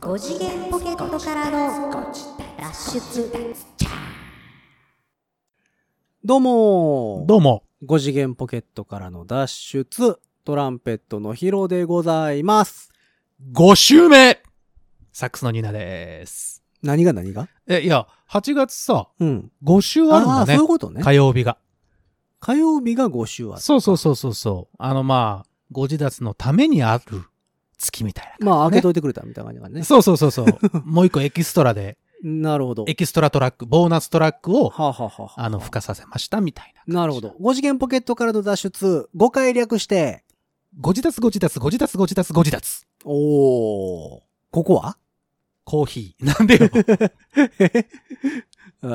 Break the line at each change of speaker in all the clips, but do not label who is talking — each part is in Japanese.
5次元ポケットからの脱出
どうもー
どうも。
五次元ポケットからの脱出、トランペットのヒロでございます。
5週目サックスのニーナです。
何が何が
え、いや、8月さ、
うん。
5週あるん
ああー、
だ
そういう。
ね
ことね。
火曜日が。
火曜日が5週ある。
そうそうそうそうそう。あの、まあ、ご自立のためにある月みたいな感じ、
まあ、開けといてくれたみたいな感じがね。
そうそうそ うそう。もう一個エキストラで、
なるほど。
エキストラトラック、ボーナストラックを、
はあ、はあはあはあ
あの、付加させましたみたいな。
なるほど。5次元ポケットからの脱出、5回略して、
ご自立ご自立ご自立ご自立ご自立。
おー。ここは
コーヒー。 なんでよ。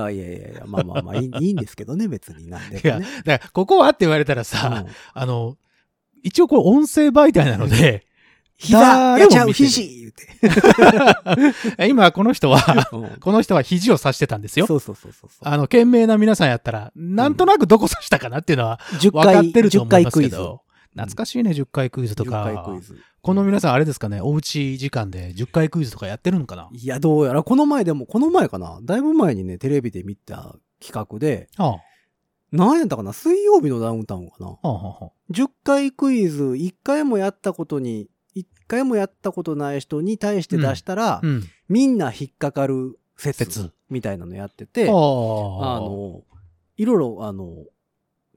あいやいやいや、まあまあまあ、いいいいんですけどね、別になん で
いや
もね。
だから、ここはって言われたらさ、
うん
あの、一応これ音声媒体な ので、
膝、い
誰
やちゃ
も
う、
見てる
肘言うて。
今この人は、
うん
この人は肘を刺してたんですよ。
そうそうそうそうそう。
あの、賢明な皆さんやったら、なんとなくどこ刺したかなっていうのは
10
分かってると
10
思い
回
ます
ク
け
イズ。
ど。懐かしいね、10回クイズと
10回
か
クイ。ズ。
この皆さんあれですかね、おうち時間で10回クイズとかやってるのかない
や、どうやら、この前でも、この前かな、だいぶ前にね、テレビで見た企画で、
ああ、は
何やったかな、水曜日のダウンタウンかな。
あ、はあは
10回クイズ、1回もやったことに、1回もやったことない人に対して出したら、
あ。うん。
みんな引っかかる説
説
みたいなのやってて、
あ
あ
あ。あの、
の、いろいろ、あの、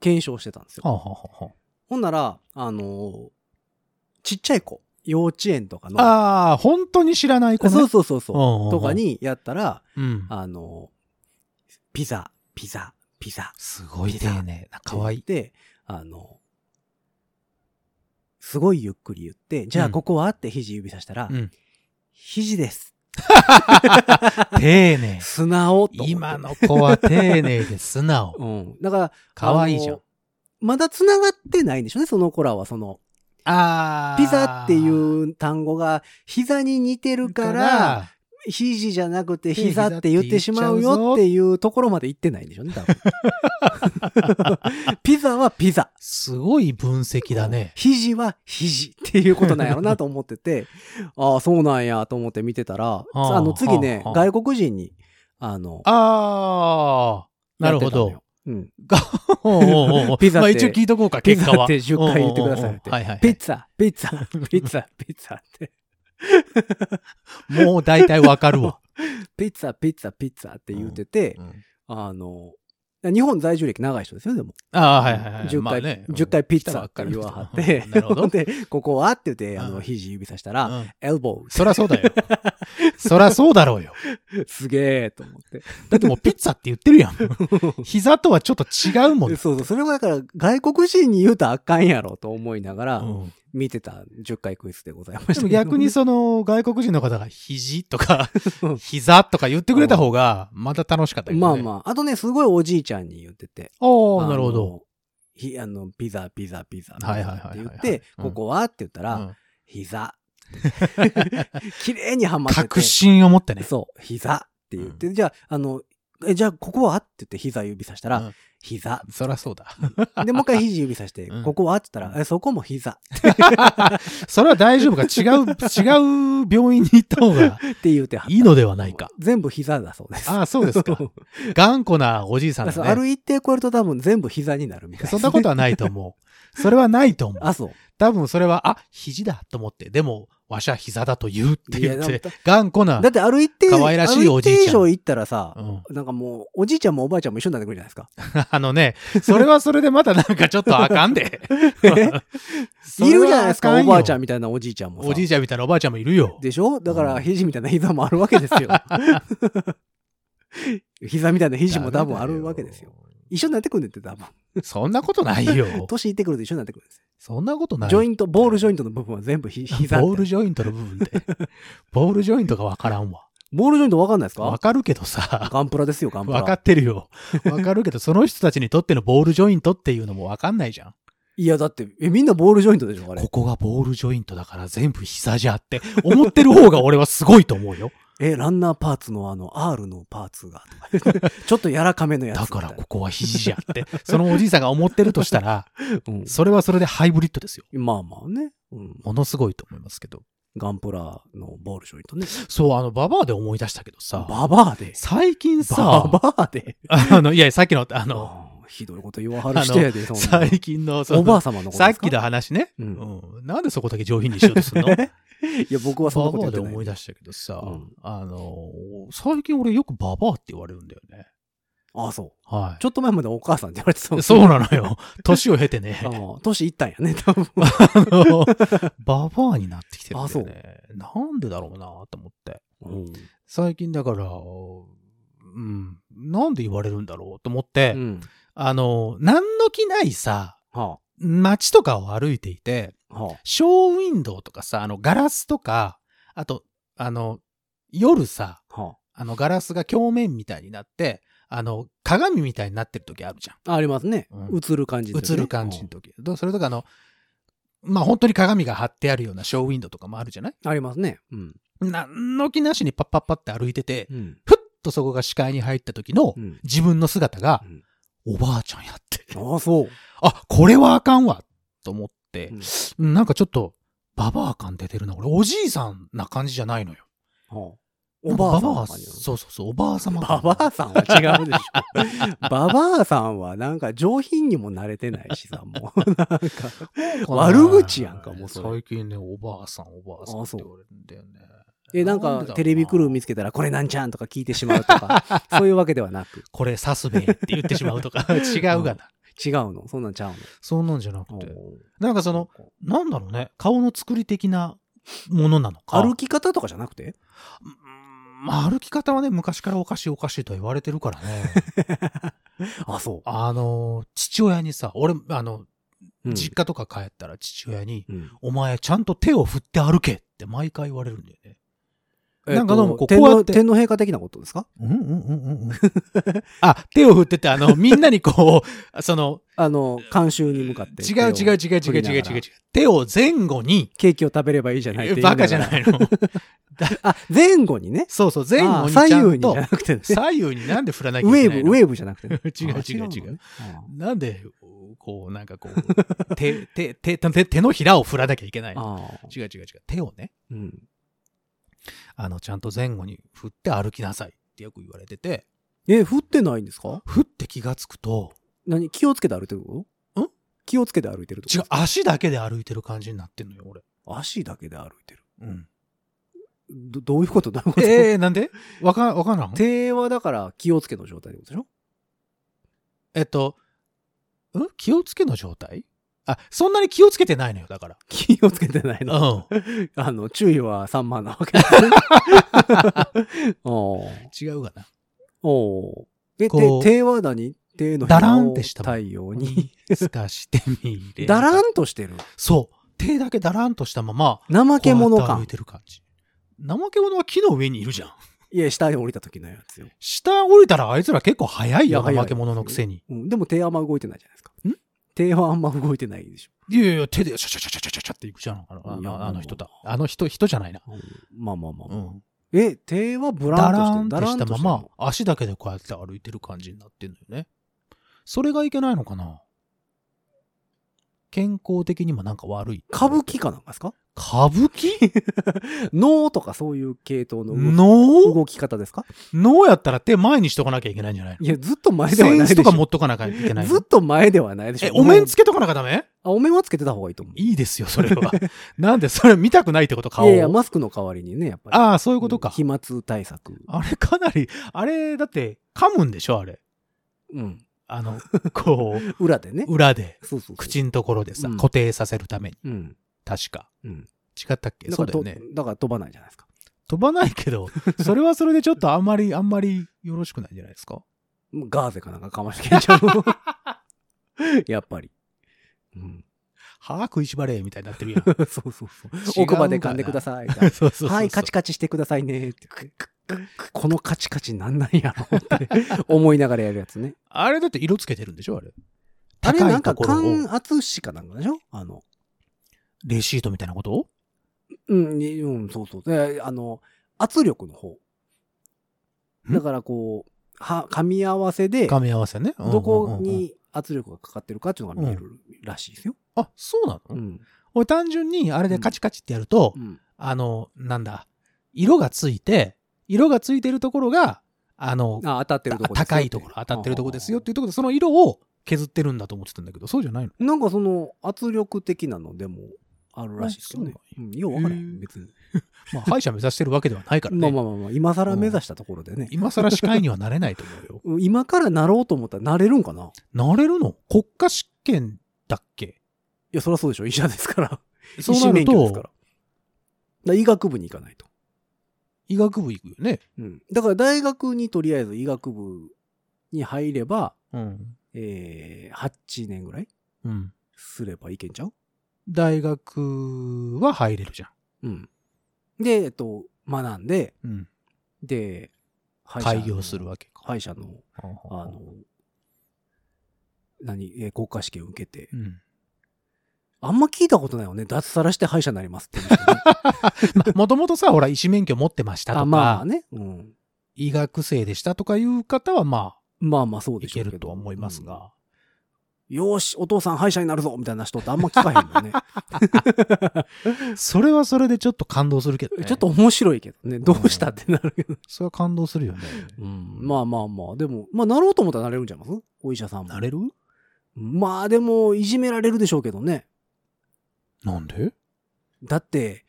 検証してたんですよ。
はあ、はあ、は
ほんなら、あの、ちっちゃい子、幼稚園とかの、
あ。ああ、本当に知らない子ね
そうそうそうそう、
うんうんうん
とかにやったら、
うん。
あの、ピザ、ピザ、ピザ。
すごい丁寧な、かわいい。
で、あの、すごいゆっくり言って、じゃあ
うん
ここはって肘指さしたら、
うん。
肘です。
丁寧。
素直と思って。
今の子は丁寧で 素直。
うん。だから、
かわいいじゃ
あ
ん
の。。まだ繋がってないんでしょうね、その子らは。その、
ああ。
ピザっていう単語が膝に似てるから、、肘じゃなくて膝って言ってしまうよっていうところまで行ってないんでしょうね、 多分。ピザはピザ。
すごい分析だね。
肘は肘っていうことなんやろなと思ってて、 ああ、そうなんやと思って見てたら、
あ
あの次ね、
あ
外国人に、あの、
ああ、なるほ
や
ど
っ。てたのよ。
おうおうおう
ピザって
まあ一応聞いとこうか、
ピ
結
ザ
果は。
って10回言ってくださいって
おうおうおうはいは
うん。ピッ
い。
ツァ、ピッツァ、ピッツァ、ピッツァって。
もう大体わかるわ。
ピッツァ、ピッツァ、ピッツァって言ってて、あの、日本在住歴長い人ですよ、でも。
ああ、はいはいはい。
10
まあ
回、
ね
10回ピッツァって言わはって
うんなるほ、ど
で、ここはって言って、あ
う
の、
ん
肘指さした
う
ら、
ん
エルボー、
そらそう だよ。そらそうだろうよ。
すげえと思って。
だってもうピッツァって言ってる やん。膝とはちょっと違うもん。
そうそう、それはだから外国人に言うたらあかんやろと思いながら、
うん
見てた10回クイズでございました
で
けど
も
ね。
逆にその外国人の方が肘 とか膝とか言ってくれた方がまた楽しかった け
ま
ど
あ
ね。あ。
まあ。あとね、すごいおじいちゃんに言ってて。あ
おー
の
なるほど。。
ひあの、ピザ、ピザ、ピザ。
はいはいはいはい
ピ
はい
ザって言って、
うん
ここはって言ったら、
うん
膝。 綺麗にはまってて。
確信を 持ってね。
そう、膝って言って、じゃあ、あの、え、じゃあ、ここはって言って、膝指さしたら、
うん
膝。
そらそうだ。
で、もう一回肘指さして、
うん
ここはって言ったら、え、そこも膝。
それは大丈夫か。違 う、違う病院に行った方が
って言ってはった
いいのではな いか。
全部膝だ そうです。
ああ、そうですか。 頑固なおじいさん
そう
だ
あ
ね。
る一定超えると多分全部膝になるみたいな。
そんなことはないと思う。それはないと 思う。
あ、そう。
多分それは、あ、肘だと思って、でも、わしは膝だと言うって言っ
いや
て
なんか、
頑固な
だ。ってある一定、
可愛らしいおじいち
ある
ゃん
一定以上行ったらさ
う、ん、
なんかもう、おじいちゃんもおばあちゃんも一緒になってくるじゃないですか。
あのね、それはそれでまたなんかちょっとあか んで。 そ
い
れ
る
は
じゃないですか、
あ
お
んよ
ばあちゃんみたいなおじいちゃんもさ。
おじいちゃんみたいなおばあちゃんもいるよ。
でしょだから、肘みたいな膝もあるわけです よ。膝みたいな肘も多分あるわけですよ。一緒になってくるんだって多分。
そんなことないよ。
年いってくると一緒になってくるんですよ。
そんなことない
ジョイント、ボールジョイントの部分は全部ひ膝って。
ボールジョイントの部 分で。ボールジョイントがわからんわ。
ボールジョイントわかんないです
わ
か
かるけどさ。
ガンプラですよ、ガンプ
わか
ラ。
って るよ。わかるけど、その人たちにとってのボールジョイントっていうのもわかんないじゃん。
いや、だって、え、みんなボールジョイントでしょ、あれ
こ。こがボールジョイントだから全部膝じゃって思ってる方が俺はすごいと思うよ。
え、ランナーパーツのあの R のパーツが、ちょっと柔らかめ のやつ
だ
みた
か
いな。
らここは肘じゃって、そのおじいさんが思ってるとしたら、
うん
それはそれでハイブリッドですよ。
まあまあね。うん。
ものすごいと思いますけど。
ガンプラのボールジョイントね。
そう、あの、ババアで思い出したけどさ、
ババアで。
最近さ、
ババアで。
あの、いや、さっきの、あの、
あーひどいこと言わはる人やで、そんな
最近の、その
おばあ様のことですか
さっきの話ね、
う
うんんなんでそこだけ上品にしよう とするの
いや、僕はそんな
バ
こと
バ
やっ
アで
てない
思い。出したけどさ、
うん
あの、最近俺よくババアって言われるんだよね。
ああ、そう。
は
ちょっと前までお母さんって言われてたもん
い。そうなの よ。年を経てね。
ああ年いったんやね、多分。
あの、ババアになってきてるんだよね。なんでだろうなと思って。
うん
最近だから、うん、なんで言われるんだろうと思って、
うん。
あの、何の気ないさ、
は
街とかを歩いていて、
あ、はあ。
ショーウィンドウとかさ、あの、ガラスとか、あと、あの、夜さ、
は
あの、ガラスが鏡面みたいになって、あの、鏡みたいになってる時あるじゃん。
あありますね
う。ん
映る感じです
映
よね
る感じの時。どうそれとかあの、まあ、本当に鏡が貼ってあるようなショーウィンドウとかもあるじゃない
うんありますね。うん。
何の気なしにパッパッパって歩いてて、
うん。
ふっとそこが視界に入った時の
うん
自分の姿が
うん、
おばあちゃんやって、
ああ、そう。
あ、これはあかんわと思って
う、
うんなんかちょっと、ババア感出てるな。俺、おじいさんな感じじゃないのよ。
はあおばあさんの
ババア
感じなの。
そうそうそう、おばあ様
バ
感。
バアさんは違うでしょ。 ババアさんはなんか上品にも慣れてないしさ、もう。なんか。悪口やんかもうそれ
最近ね、おばあさん、おばあさんって言われるんだよね。
え、なん
でだろう
かテレビクルー見つけたらこれなんちゃんとか聞いてしまうと か、そういうわけではなく。
これ、サスベイって言ってしまうとか、違う
う
がな。
ん違うのそんなんちゃう
そうなんじゃなく
の
て。
おう
なんかその、なんだろうね、顔の作り的なものなのか。
歩き方とかじゃなくて
うんまあ歩き方はね、昔からおかしいおかしいとは言われてるからね。
あ、そ
あの、父親にさ、俺、あの、
う。うん
実家とか帰ったら父親に、
うん
お前ちゃんと手を振って歩けって毎回言われるんだよね。
えっと
なんかどうもこう
天
こうや
皇
って
天皇陛下的なことですか
うんうんうんうん。あ、手を振ってて、あ の、みんなにこう、その、
あの、監修に向かって。
違う違う違う違う違う違う違う違う。手を前後に、
ケーキを食べればいいじゃないって言いな
バ
が
カ
ら
じゃな いの。
あ、前後にね。
そうそう、前後
あ
にちゃんと。
左右にじゃなくてね。
左右になんで振らなき ゃ
ウ
いけ
ェ
な
ー
い
ブ、
の
ウェーブじゃなくてね。
違う違う
あ
違う。。
なのね
なんで、こう、なんかこう、手、手、手、手手のひらを振らなきゃいけないの
ああ。
違う違う違う。手をね、
うん。
あの、ちゃんと前後に振って歩きなさいってよく言われてて、
え、降ってないんですか
振って気がつくと、
何気をつけて歩いてること
ん
気をつけて歩いてるってこと
違う、足だけで歩いてる感じになってんのよ、俺。
足だけで歩いてる。
うん。
どどういうことどういうこと
ええなんでわか、わかんない
手はだから気をつけの状態ってことでしょ
えっと、ん気をつけの状態あ、そんなに気をつけてないのよ、だから。
気をつけてないの。
うん。
あの、注意は3万なわ けですね。おー
違うかな。
おーえ、
こ
て
う
手は何手のひ
だ
ら
ら
を
んってしたもん
太陽に。
すかしてみれ。
だらんとしてる。
そう。手だけだらんとしたまま、
怠け者
こうやって
感
歩い。てる感じ。怠け者は木の上にいるじゃん。
いや、下に降りた時のやつよ。
下降りたらあいつら結構早いよ、
いや早い
怠け者のくせに。
うん、でも手あんま動いてないじゃないですか。手はあんま動いてないでしょ。
いやいや、手でシャシャシャシャシャシャシャっていくじゃん。あのあ
いや
のあの人だ
も。
あの人、人じゃないな。
うんまあまあまあま
う
あ。
ん。
え、手はブラ
だら
ン
ん
として
と
る。
したま
だらん
ま
と、
足だけでこうやって歩いてる感じになってんのよね。それがいけないのかな健康的にもなんか悪い。
歌舞伎かなんかですか
歌舞伎
脳とかそういう系統の動き
脳
動き方ですか
脳やったら手前にしとかなきゃいけないんじゃないの
いや、ずっと前ではな
セ
い
ン
でし
ス
ょ。
とか持っとかなきゃいけないの
ずっと前ではないでしょ。
え、お面つけとかなきゃダメ
あ、お面はつけてた方がいいと思う。
いいですよ、そ れは。なんで、それ見たくないってこと、顔
い
を。
やいや、マスクの代わりにね、やっぱり。あ、
ああ、そういうことか。
飛沫対策。
あれ、かなり、あれ、だって、噛むんでしょ、あれ。
うん。
あの、こ
裏でね
う、。裏で、
そうそうそう。
口のところでさ、
うん
固定させるために。
うん。
確か。
うん。
違ったっけ
だか
そう
ら
だよ
と、
ね。
だから飛ばないじゃないですか。
飛ばないけど、 それはそれでちょっとあんまり、あんまりよろしくないんじゃないですか
もうガーゼかなんかかましてけんちゃう やっぱり。うん。
歯食いしばれ、みたいになってるやん。
そうそうそう。 奥歯で噛んでくだ
さ
さい。
い。そうそうそうそう。
はい、カチカチしてくださいね。 ってくくくくこのカチカチなんなんやろって思いながらやるやつね。
あれだって色つけてるんでしょ、あれ。
あれ
高い
なんか
ところを
感圧しかなんかでしょあの、
レシートみたいなこと
うん、にうん、そうそう。であの、圧力の方。
ん
だからこう、は、噛み合わせで、
噛み合わせね。うんうんうんうん
どこに圧力がかかってるかっていうのが見えるらしいですよ。
あ、そうな
う
の
ん。
俺単純にあれでカチカチってやると
う、ん。
あの、なんだ、色がついて、色がついてるところが、あの、
あ当たってるとこですよ
高いところ、当たってるところですよっていうところで、その色を削ってるんだと思ってたんだけど、そうじゃな いの
なんかその圧力的なのでもあるらしいですよね
あ。
うん、よう分からへ
へえ
ん、別に。
まあ、歯医者目指してるわけではないからね。
まあまあまあまあ、今更目指したところでね。
今更歯科医にはなれないと思うよ。
うん今からなろうと思ったらなれるんかない
なれるの国家試験だっけ
や、そりゃそうでしょ。医者ですから。
そ
医師
うなる
免許ですから。だ
と
か、ら医学部に行かないと。
医学部行くよね。
うん。だから大学にとりあえず医学部に入れば、
うん。
えー、8年ぐらい
うん。
すればいけんちゃう
大学は入れるじゃ
うん。で、えっと、学んで、
ん。うん。
で、歯医者の
開業するわけか。
歯医者の、あの、何、えー国家試験受けて
う、ん。
あんま聞いたことないよね。脱サラして歯医者になりますっていう人 ね、
もともとさ、ほら、医師免許持ってましたと
あ
か、
まあね。うん。
医学生でしたとかいう方は、ま
まあまあそ
あ、
う
い
でしょ
け
うど
るとは思います。が。
うんよーし、お父さん歯医者になるぞみたいな人ってあんま聞かへん もんね。
それはそれでちょっと感動するけど、ね。
ちょっと、面白いけどね。どうしたってなるけど。
それは感動するよね。
うんまあまあまあ。でも、まあなろうと思ったらなれるんじゃいますお医者さんも。
なれる
まあでも、いじめられるでしょうけどね。
なんで
だって、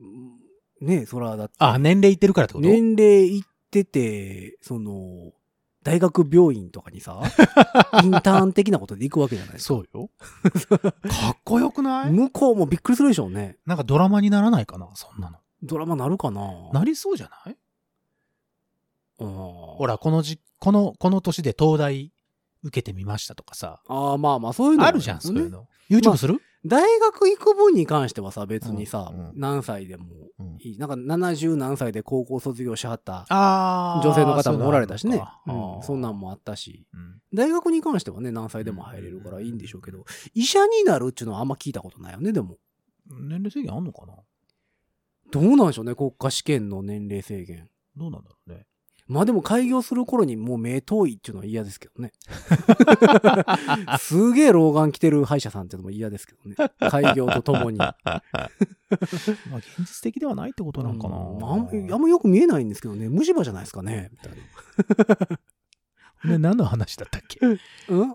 うんねえ、そら、だって。
あ、年齢いってるからってこと
年齢いってて、その、大学病院とかに さ、インターン的なことで行くわけじゃないですか。
そう よ。かっこよくない
向こうもびっくりするでしょうね。
なんかドラマにならないかなそんなの。
ドラマなるかな
なりそうじゃない
ほ
ほ。ら、このじ、この、この年で東大受けてみましたとかさ。
ああ、まあまあ、そういうのも
あるじゃ
り
ん、
ます
そう
ね
いうの。YouTube する、
大学行く分に関してはさ、別にさ、
うんうん
何歳でも
うん
いい。なんか70何歳で高校卒業しはった
あー
女性の方もおられたしね。
そういうのあるのか
う
あ
ん
ー
そんなんもあったし。
うん
大学に関してはね、何歳でも入れるからいいんでしょうけど、医者になるっていうのはあんま聞いたことないよね、でも。
年齢制限あんのかな
どうなんでしょうね、国家試験の年齢制限。
どうなんだろうね。
まあでも開業する頃にもう目遠いっていうのは嫌ですけどね。 すげえ老眼来てる歯医者さんってのも嫌ですけどね。開業とともに。
まあ、現実的ではないってことなんかな。
うんあんあんまよく見えないんですけどね。虫歯じゃないですかね。みたい
ね、何の話だったっけ
な。うん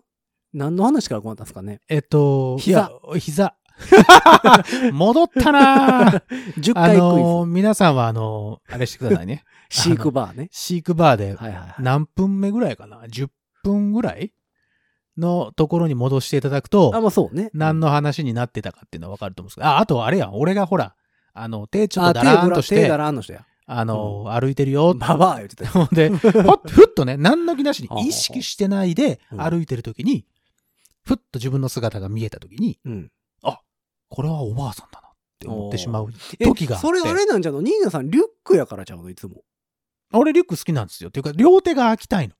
何の話からこうなったんですかね。
えっと、
膝
い や。膝。戻ったなー
10
あ
回クイズ。
のー皆さんは、あのーあれしてくださいね。
飼育バーね。
飼育バー
は
で
いはいはい。
何分目ぐらいかな ?10 分ぐらいのところに戻していただくと
あ、、まあそうね。
何の話になってたかっていうのはわかると思うんですけど、あ、あとあれやん、俺がほら、あの、手ちょっ
あ、
と
手
だらー
ぶ
んと
ら、
し
手
て、
だ
あ
らーんとしてや。
の、歩いてるよって
ババア言ってたよ。
ほんで、ほふっとね、何の気なし
はあは
に
あ
意識してないで
うん
歩いてるときに、ふっと自分の姿が見えたときに、
うん。
これはおばあさんだなって思ってしまう
え
時があって。
それあれなんじゃのニーナさんリュックやからちゃうのいつも。
俺リュック好きなんですよ。っていうか、両手が空きたいの。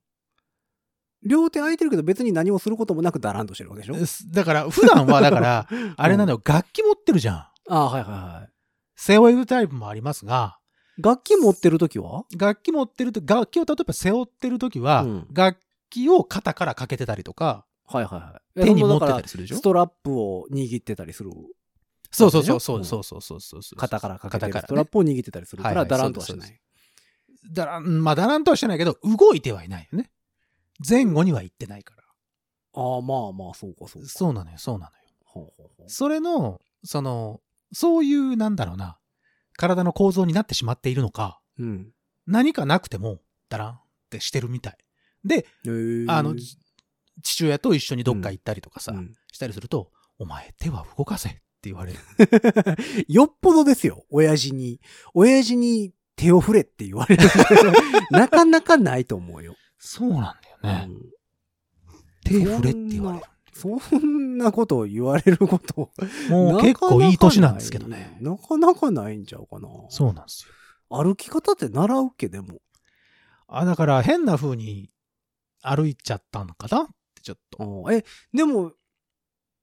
両手空いてるけど別に何もすることもなくだらんとしてるわけでしょ
だから、普段はだから、あれなのよ、楽器持ってるじゃん。
あはいはいはい。
背負いタイプもありますが、
楽器持ってるときは
楽器持ってると、楽器を例えば背負ってるときは、
うん
楽器を肩からかけてたりとか、
はいはいはい。
手に持っ
その
て
だ
た
か
りするで
ら
しょ
ストラップを握ってたりする。
そうそうそうそ
うん
うそうそうそうそうそう。
肩からかけてる
肩
ス
か
ト
ら
ラ
ね
ップを握ってたりするか
はいは
ら
い
だらんとはしな
そう
い。
だらん、まあだらんとはしてないけど、動いてはいないよね。前後には行ってないから。
ああ、まあまあ、そうかそうか。
そうなのよ、そうなのよ。
ほうほうほう
それの、その、そういう、なんだろうな、体の構造になってしまっているのか、
うん。
何かなくても、だらんってしてるみたい。で、
へー
あの、じ父親と一緒にどっか行ったりとかさ、
うん
したりすると、お前手は動かせって言われる。
よっぽどですよ、親父に。親父に手を振れって言われる。 なかなかないと思うよ。
そうなんだよね。
うん
手振れって言われる。
そんなことを言われること。
もう結構いい年なんですけどね。
なかなかないんちゃうかな。
そうなんですよ。
歩き方って習うっけ、でも。
あ、だから変な風に歩いちゃったのかなってちょっと。
うんえ、でも、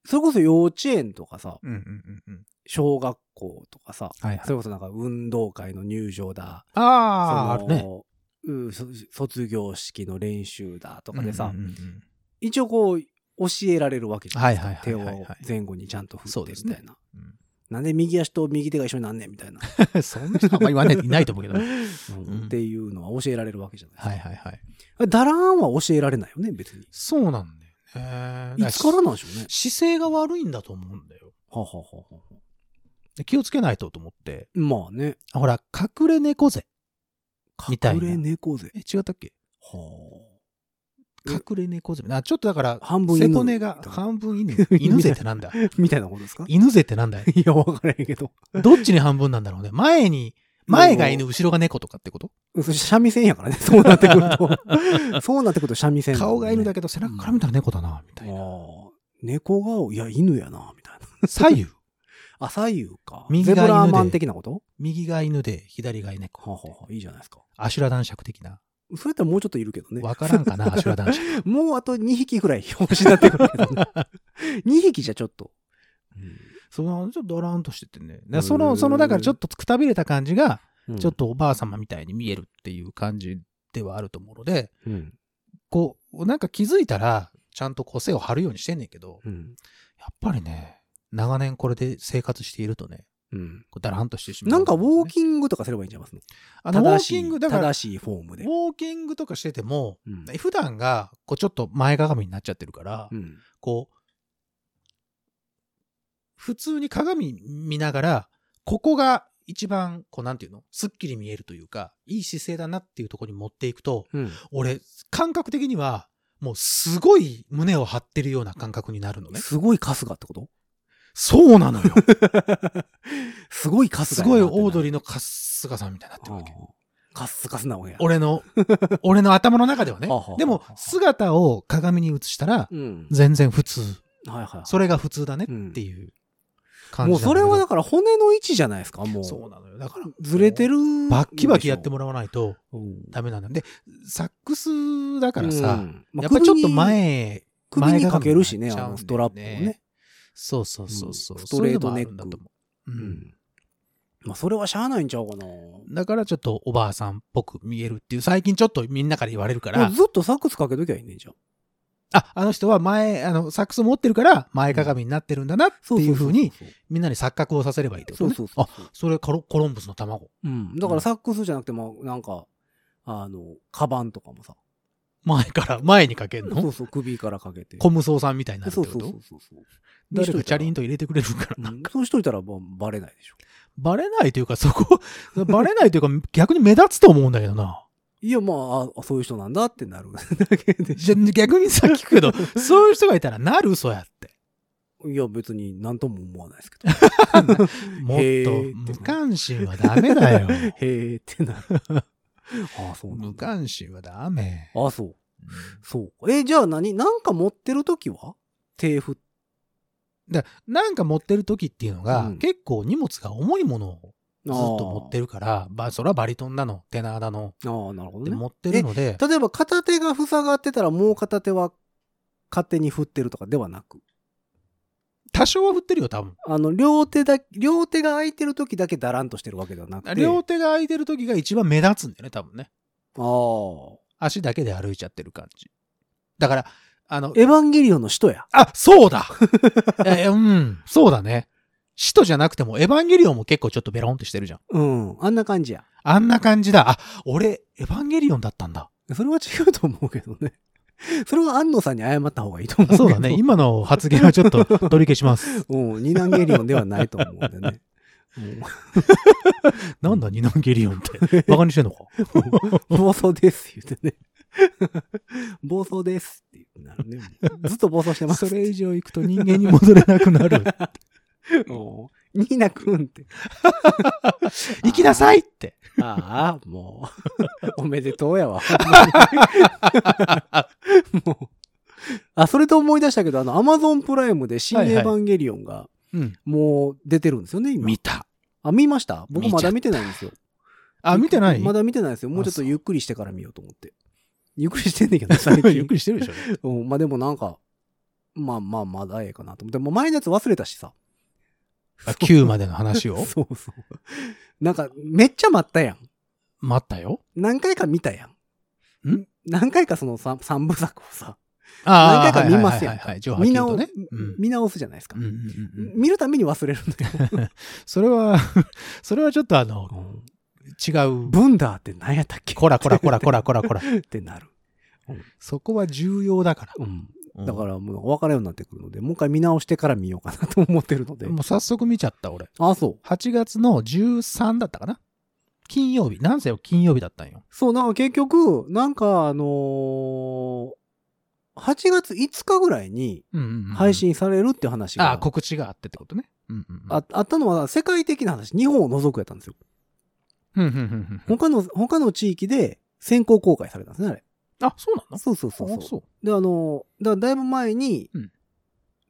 それこそ幼稚園とかさ、
うんうんうんうん。
小学校とかさ、
はいはい
そ。れこそなんか運動会の入場だ、
あ
そ
あ、ある
の
ね。
うんそ卒業式の練習だと
と
かでさ、一応こう教えられるわけじゃん。
はいはいはい
手を
はいはい。
前後にちゃんと振
そ
っ
う
て
で
み
す
た
ね
いな。なんで右足と右手が一緒になんねんみたいな、
そんな人あんまり言わないいないと思うけどね。
うん
うん
っていうの は教えられるわけじゃないですか。
はいはいはい。
だらーんは教えられないよね、別に。
そうなんだよね。
いつからなんでしょうね。
姿勢が悪いんだと思うんだよ。
はあはあはあはあ
で気をつけないとと思って。
まあね。
あほら、隠れ猫背。みたい
隠
な
れ猫背。
え、違ったっけ
はえ
隠れ猫背。な、ちょっとだから、
半分
背
犬
骨が半分犬。犬背ってなんだ
あ。 みたいなことですかい
犬背ってなんだい
や、わからへんけど。
どっちに半分なんだろうね。前に、前が犬、後ろが猫とかってこと
それ三味線やからね、そうなってくると。そうなってくると三味線、
顔が犬だ
け
けど背中から見たら猫だな、みたいな。
猫顔、いや、犬やな、みたいな。
左右。
あ、左右か。
右が
ゼブラー
犬で
マン的なこと
右が犬で、左が
はあ、は
猫。
あ、いいじゃないですか。
アシュラ男爵的な。
それやったらもうちょっといるけどね。
わから んかな、アシュラ男爵。
もうあと2匹ぐらい表紙になってくるけどね。2匹じゃちょっと。
その、ちょっとドラーンとしててね。
へ
で
ー
その、その、だからちょっとくたびれた感じが、
うん
ちょっ、とおばあ様みたいに見えるっていう感じではあると思うので、
うん。
こう、なんか気づいたら、ちゃんと個性を張るようにしてんねんけど、
うん。
やっぱりね、長年これで生活しているとね、
うん。
こうだらんとしてしまう、
なんかウォー
ン
キングとかすればいいんちゃいますね。
グ、ウォ
正
ー
し
キ
い、
ング、だから、ウ
正しいフォームで。
ォーキングとかしてても、
うん
普段が、こう、ちょっと前かがみになっちゃってるから、
うん
こう、普通に鏡見ながら、ここが一番、こうなんていうのすっきり見えるというか、いい姿勢だなっていうところに持っていくと、
うん。
俺、感覚的には、もうすごい胸を張ってるような感覚になるのね。
すごい春日ってこと
そうなのよ。
すごい春日
すごいオード
リー
リーの春日さんみたいになってるわけ。
カッスカスなわけや。
俺の、俺の頭の中ではね
はあはあは。あ
でも、姿を鏡に映したら、
うん。
全然普通。
はいはいはい。
それが普通だねっていう感じ
もう
なんだ
そ
け
れ
ど
はだから骨の位置じゃないですか、もう。
そうなのよ。だから、
ずれてる。
バッキバキやっても
ら
らわないと
うん。
ダメなんだよ。で、サックスだ
だ
からさ、
まあ
やっぱちょっと
首に
前、
首にかけるしね、
前か
あの
がみになっちゃうんだよね
ストラップをね。
そうそうそうそう、
うんストレートネック
そういうのもあるんだと思う。う。
うんん。まあ、それはしゃあないんちゃうかな。
だからちょっとおばあさんっぽく見えるっていう、最近ちょっとみんなから言われるか
も
ら
う、ずっとサックスかけときゃいいねんじゃん。
あ、あの人は前、あの、サックス持ってるから前かがみになってるんだなって
そそ
いう
そ
ふうに、、みんなに錯覚をさせればいいってこと
そう
ね。
そうそう
あ、。それコロコロンブスの卵。
うん。だからサックスじゃなくて、まあ、なんか、あの、カバンとかもさ。
前から、前にかけん
そう
の
そう、首からかけて。
コムソウさんみたいになるって
そ
こ
う
と
そうそうそうそう。
誰かチャリンと入れてくれるから
うんそうしといたら、まあ、バレないでしょ。
バレないというか、そこ、 バレないというか、逆に目立つと思うんだけどな。
いや、まああ、そういう人なんだってなる だけでし
じゃ逆にさ、聞く けど、そういう人がいたら、なる嘘やって。
ょ。いや、別になんとも思わないですけ ど。
もっ
へ
と、
ー
無関心はダメだよ。
へえってなる。 ああ、 そうな
無
んだ。
関心はダメ。
ああ、そう。そう。え、じゃあ何なんか持ってるときは手振っ
だからなんか持ってる時っていうのが、
うん
結構荷物が重いものをず
ず
っと持ってるから、まあ、それはバリトンなの、テナーだの、
あーあー、なるほ
って
どね。
持ってるので、
例えば片手が塞がってたらもう片手は勝手に振ってるとかではなく。
多少は振ってるよ、多分。
あの、両手だ、両手が空いてるときだけだらんとしてるわけではなくて。
両手が空いてる時が一番目立つんだよね、多分ね。
ああ。
足だけで歩いちゃってる感じ。だから、あの、
エヴァンゲリオンの使徒や。
あ、そうだ えうん、そうだね。使徒じゃなくても、エヴァンゲリオンも結構ちょっとベロンってしてるじゃん。
うん。あんな感じや。
あんな感じだ。あ、俺、エヴァンゲリオンだったんだ。
それは違うと思うけどね。 それは安野さんに謝った方がいいと思うけど。
そうだ ね。 今の発言はちょっと取り消します。
うん。二段ゲリオンではないと思うんでね。うん
なんだ、ニナンゲリオン って。バカにしてんのか。
暴走です、言ってね。 暴走ですって言うなるね。ずっと暴走してます。
それ以上行くと人間に戻れなく なる。
も う、ニーナくんって。
行きなさいって。
ああ、もう、 おめでとうやわ。ほんまにもう。あ、それと思い出したけど、あの、アマゾンプライムで新
はいはい
エヴァンゲリオンが、
うん。
もう出てるんですよね、今。
見た。
あ、見ました僕
見ちゃっ
ま
た
だ見てないんですよ。
あ、見てない
まだ見てないですよ。もうちょっ
あそ
と
う
ゆっくりしてから見ようと思って。 ゆっくりしてんねんけど、最近。
ゆっくりしてるでしょ。
うん、まあでもなんか、まあまあまだええかなと思って、もう前のやつ忘れたしさ。
あ9までの話を。
そうそう。なんか、めっちゃ待ったやん。
待ったよ。
何回か見たやん。
ん
何回かその 3, 三部作をさ、
あ
何回か見ますやん
はいはいはいはい、情報
見
聞く
直
とね。うん
見直すじゃないですか
うん。うんうんうん
見るたびに忘れるん だよ。
それは、 それはちょっとあの、違う。
ブンダーって何やったっけ
こらこらこらこらこらこら。
ってなる。
そこは重要だから。
うん。
うん
だからもう分かるようになってくるので、もう一回見直してから見ようかなと思ってるので。
もう早速見ちゃった、俺。
あ、そう。
8月の13だったかな金曜日。なんせよ、金曜日だったんよ。
そう、なんか結局、なんかあのー、8月5日ぐらいに
うんうんうん
配信されるって話が、
あ、告知があってってことね。うんうんうん。
ああったのは世界的な話、日本を除くやったんですよ。
うんうんうんうん。
他の、他の地域で先行公開されたんですね、あれ。
あ、そうなの
そうそうそうそう。
あそう。
で、あの、だだいぶ前に、
うん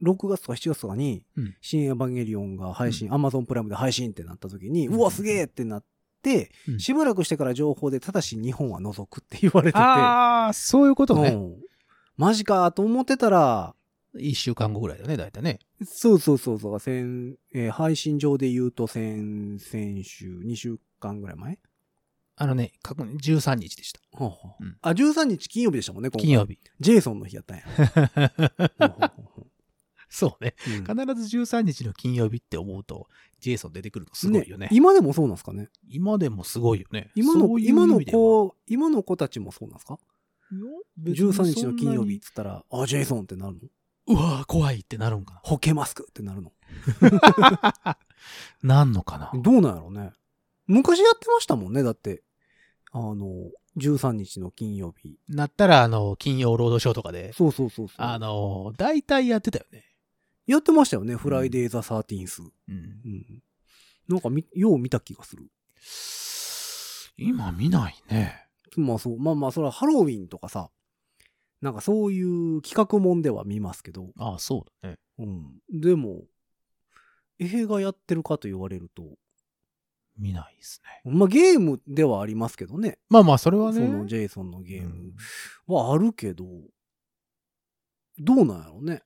6月とか7月とかに、
うん
新エヴァンゲリオンが配信、Amazon プライムで配信ってなった時に、
う
うんわ、すげえってなって、
うん
しばらくしてから情報で、ただし日本は除くって言われてて、
ああ、そういうこと
う
ね。
んマジかと思ってたら、
一週間後ぐらいだね、大体ね。
そうそうそうそう、先、えー配信上で言うと先、先週、2週間ぐらい前
あのね、確認、13日でした。
ほうほう
うん
あ、13日金曜日でしたもんね、今回
金曜日。
ジェイソンの日やったんや。 ほうほうほうほう
そうね。
うん
必ず13日の金曜日って思うと、ジェイソン出てくるのすごいよね。
今でもそうなんですかね
今でもすごいよね。
今の
そういう
今
意
の
味では、
子、今の子たちもそうなんですか ?13 日の金曜日っ。つったら、あ、ジェイソンってなるの
うわー怖いってなるんか
ホケマスクってなるの
な。なんのかな。
どうなんやろうね。昔やってましたもんね、だって。あの、13日の金曜日。
なったら、あの、金曜ロードショーとかで、
そうそうそうそう。
あの、大体やってたよね。
やってましたよね、フライデーザサーティンス。
うん
う。ん。なんかみ、よう見た気がする。
今見ないね。
まあそう、まあまあ、それはハロウィンとかさ、なんかそういう企画もんでは見ますけど。
ああ、そうだね。
うん。でも、映画やってるかと言われると、
見ないですね。
まあゲームではありますけどね。
まあまあ、それは
そ
ね。
のジェイソンのゲーム
うん
はあるけど、どうなんやろうね。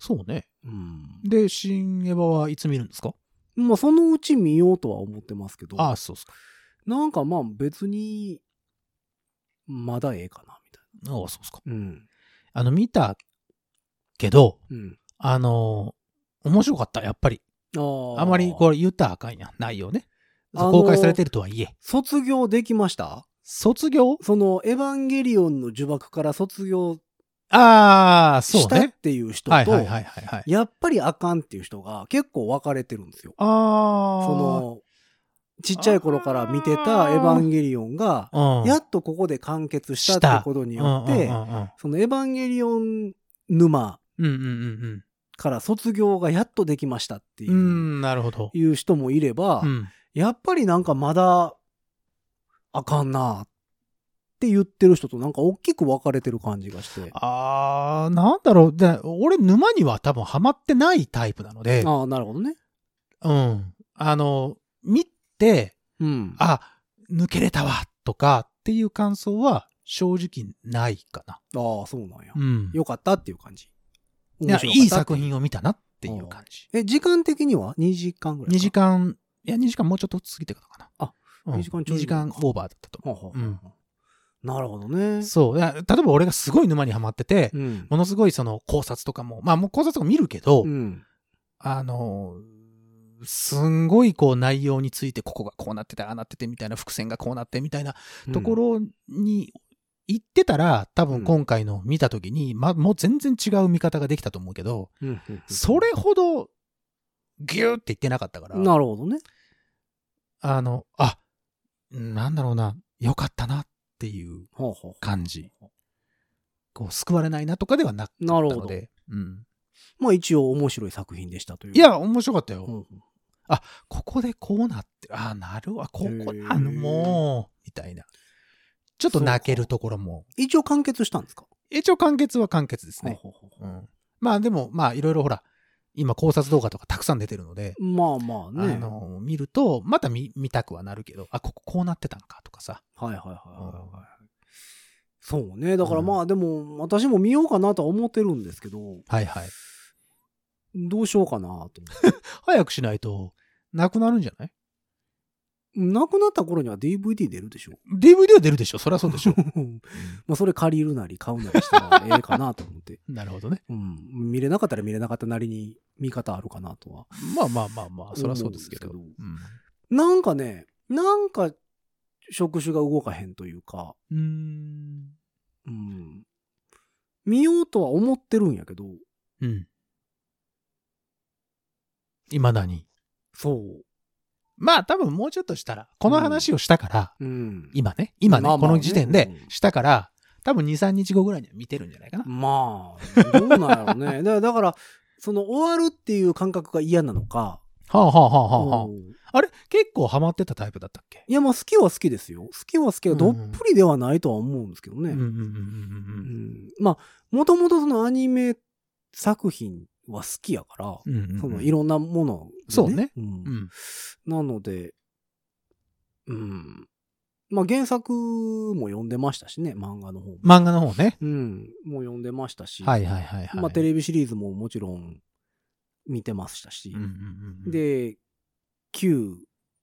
そうね。
うん。
で、新エヴァはいつ見るんですか
まあそのうち見ようとは思ってますけど、
ああ、そうっすか。
なんかまあ別に、まだええかな、みたい
ああ、そうっすか。
な。うん。
あの、見たけど、
うん。
あの、面白かった、やっぱり。
ああ
あまりこれ言ったらあかんやん、内容ね。公開されてるとはいえ。
卒業できました
卒業
その、エヴァンゲリオンの呪縛から卒業
ああ、そ
し
う
たっ
ね。
ていう人
はいはい
と、
はいはいはい。
やっぱりあかんっていう人が結構分かれてるんですよ。
ああ。
その、ちっちゃい頃から見てたエヴァンゲリオンが、
のうん。
やっとここで完結したってことによって、
うんうん
そのエヴァンゲリオン沼
うんうん。うんうんうん
から卒業がやっとできましたっていう,、
うん。うん、なるほど。
いう人もいれば、
うん。
やっぱりなんかまだあかんなって言ってる人となんか大きく分かれてる感じがして。
ああ、なんだろう。で、俺、沼には多分ハマってないタイプなので、
ああ、なるほどね。
うん。あの、見て、
うん。あ
あ、抜けれたわ、とかっていう感想は正直ないかな。
あ、そうなんや。
うん。
よかったっていう感じ。
い
面
や
白かった
いい作品を見たなっていう感じ。
え、時間的には ?2 時間ぐらいか。
2時間、いや、2時間もうちょっと過ぎてからかな。
あ
うん、
2時間ちょい
2時間オーバーだったと思
ほうほうほう
うん
なるほどね
う。。そう。いや例えば俺がすごい沼にはまってて、
うん。
ものすごいその考察とかも、まあもう考察とか見るけど、
うん。
あの、すんごいこう内容について、ここがこうなってて、ああなっててみたいな、伏線がこうなってみたいなところに行ってたら、多分今回の見た時に、まあもう全然違う見方ができたと思うけど、
うん、うんうん
それほどギューって言ってなかったから、
なるほどね。
あの、あ、なんだろうな、よかったなっていう
ほうほうほ
感じ。こう、救われないなとかではなかっ
うな
た
る
の
ほど。
で。うん。
まあ一応面白い作品でしたという。
い、や、面白かったよ。
うん、
ここでこうなって、ああ、なるわ、ここ
へー、
あの、もう、みたいな。ちょっと泣けるところも。
一応完結したんですか
一応完結は完結ですね。
ほうほうほう
うん。まあでも、まあいろいろほら、今考察動画とかたくさん出てるので、
まあまあね。
あの、見ると、また見、見たくはなるけど、あ、こここうなってたんかとかさ。
はいはいはいはいはい、
うん
そうね。だからまあでも、私も見ようかなとは思ってるんですけど、
はいはい。
どうしようかなと思って。
早くしないと、なくなるんじゃない
亡くなった頃には DVD 出るでしょ
DVD は出るでしょそりゃそうでしょ
まあそれ借りるなり買うなりしたらええかなと思って。
なるほどね。
うん。見れなかったら見れなかったなりに見方あるかなとは。
まあまあまあまあ、そりゃそうですけど。
思うんです
うん
なんかね、なんか触手が動かへんというか、
うーん。
うん。見ようとは思ってるんやけど、
うん。今何
そ
まあ多分もうちょっとしたら、この話をしたから、
う。うん。
今ね、今ね、
まあまあね
この時点で
うん
したから、多分2、3日後ぐらいには見てるんじゃないかな。
まあ、どうなんやろうね。 だだから、その終わるっていう感覚が嫌なのか、
はあはあはあはあはあ
うん
あれ結構ハマってたタイプだったっけ
いや、まあ好きは好きですよ。好きは好きはどっぷりではないとは思うんですけどね。
うんうんうんうん
う。んまあ、もともとそのアニメ作品は好きやから、
うんうんうん
そのいろんなものを、
そうね
ん
うん。
なので、うん。まあ原作も読んでましたしね、漫画の方も。
漫画の方ね。
うん。もう読んでましたし、
はいはいはいはい。
まあテ
ビ。
レビシリーズももちろん見てましたし、
うんうんうん、、
で、旧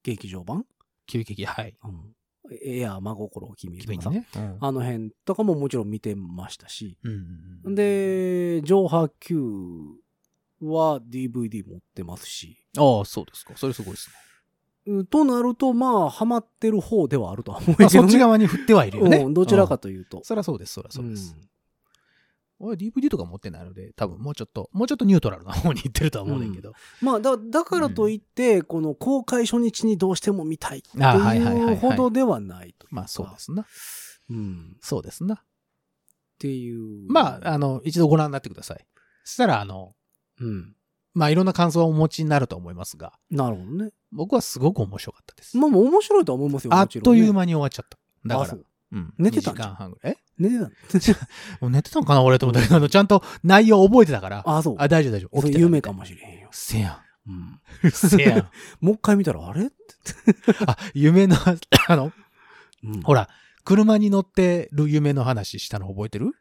劇場版、
急激、はい。
うん、エア真心を君へと
君
かさ、
にね。うん
あの辺とかももちろん見てましたし、
うんうんうん、
で、上波級は DVD 持ってますし、
ああ、そうですか。それすごいです ね。
うんとなると、まあ、ハマってる方ではあるとは思うけ
ま
ど、ね。
あ、そっち側に振ってはいるよね。
うんどちら
う
か
ん。
というと。
そりゃそうです、そりゃそうです。
ん
俺 DVD とか持ってないので、多分もうちょっと、もうちょっとニュートラルな方に行ってるとは思うねんけど。
まあ、だ、だからといって、この公開初日にどうしても見たいってい
あはいはいはいは
う
い
ほどではないというか
まあそうで。すな。
うん。っ
そうですな。
ていう。
まあ、あの、一度ご覧になってください。そしたら、あの、
うん。
まあいろんな感想をお持ちになると思いますが、
なるほどね。
僕はすごく面白かったです。
まあ、もう面白いとは思いますよ。
あっ
もちろ
と
んね
いう間に終わっちゃった。だ
あ
か
そ
ら
う、
うん
寝てた
2
ん
時
じゃん
間半ぐらい。え
寝てたの
もう寝てたんかな俺と思ったけど、あのちゃんと内容覚えてたから。
あ、そう。
あ、大丈夫大丈
そ
夫。起
う
きてた
有名かもしれへんよ
うっ。せや
うん。
ん。う っせやん。
もう一回見たら、あれって。
あ、夢の、あの、
うん
ほら、車に乗ってる夢の話したの覚えてる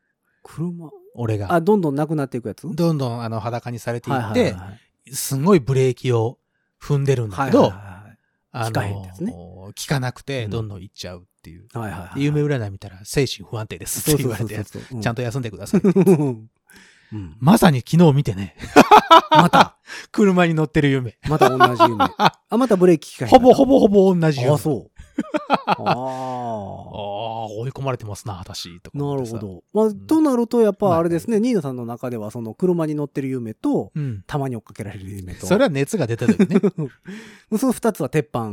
車。
俺が。
あ、どんどんなくなっていくやつ
どんどんあの裸にされてい
はい
っ
はい
て、
はい
すごいブレーキを踏んでるんだ
はい
け
はい
ど、
は
あ
効かへんってやつね
の、効かなくて、
うん
どんどん行っちゃうっていう。
いはいはいはいはい。
で夢占い見たら、精神不安定です
そ
っ
う
て
そ
言
う
わ
そ
れ
う
て、
そうう。
ちゃん
と。
と休んでください。
うん。
まさに昨日見 てね、
また、
車に乗ってる夢。
また同じ 夢。あ、またブレーキ機械。
ほぼほぼほぼ同じ夢。
あ、 そう。
あ
ああ。
あ、追い込まれてますな、私。とか
な
思っ
る
てさ
ほ。ど。まあ、となると、やっぱあれですね、ニーナさんの中では、その車に乗ってる夢と、
うん。
たまに追っかけられる夢と。
それは熱が出てるよね。
その二つは鉄板、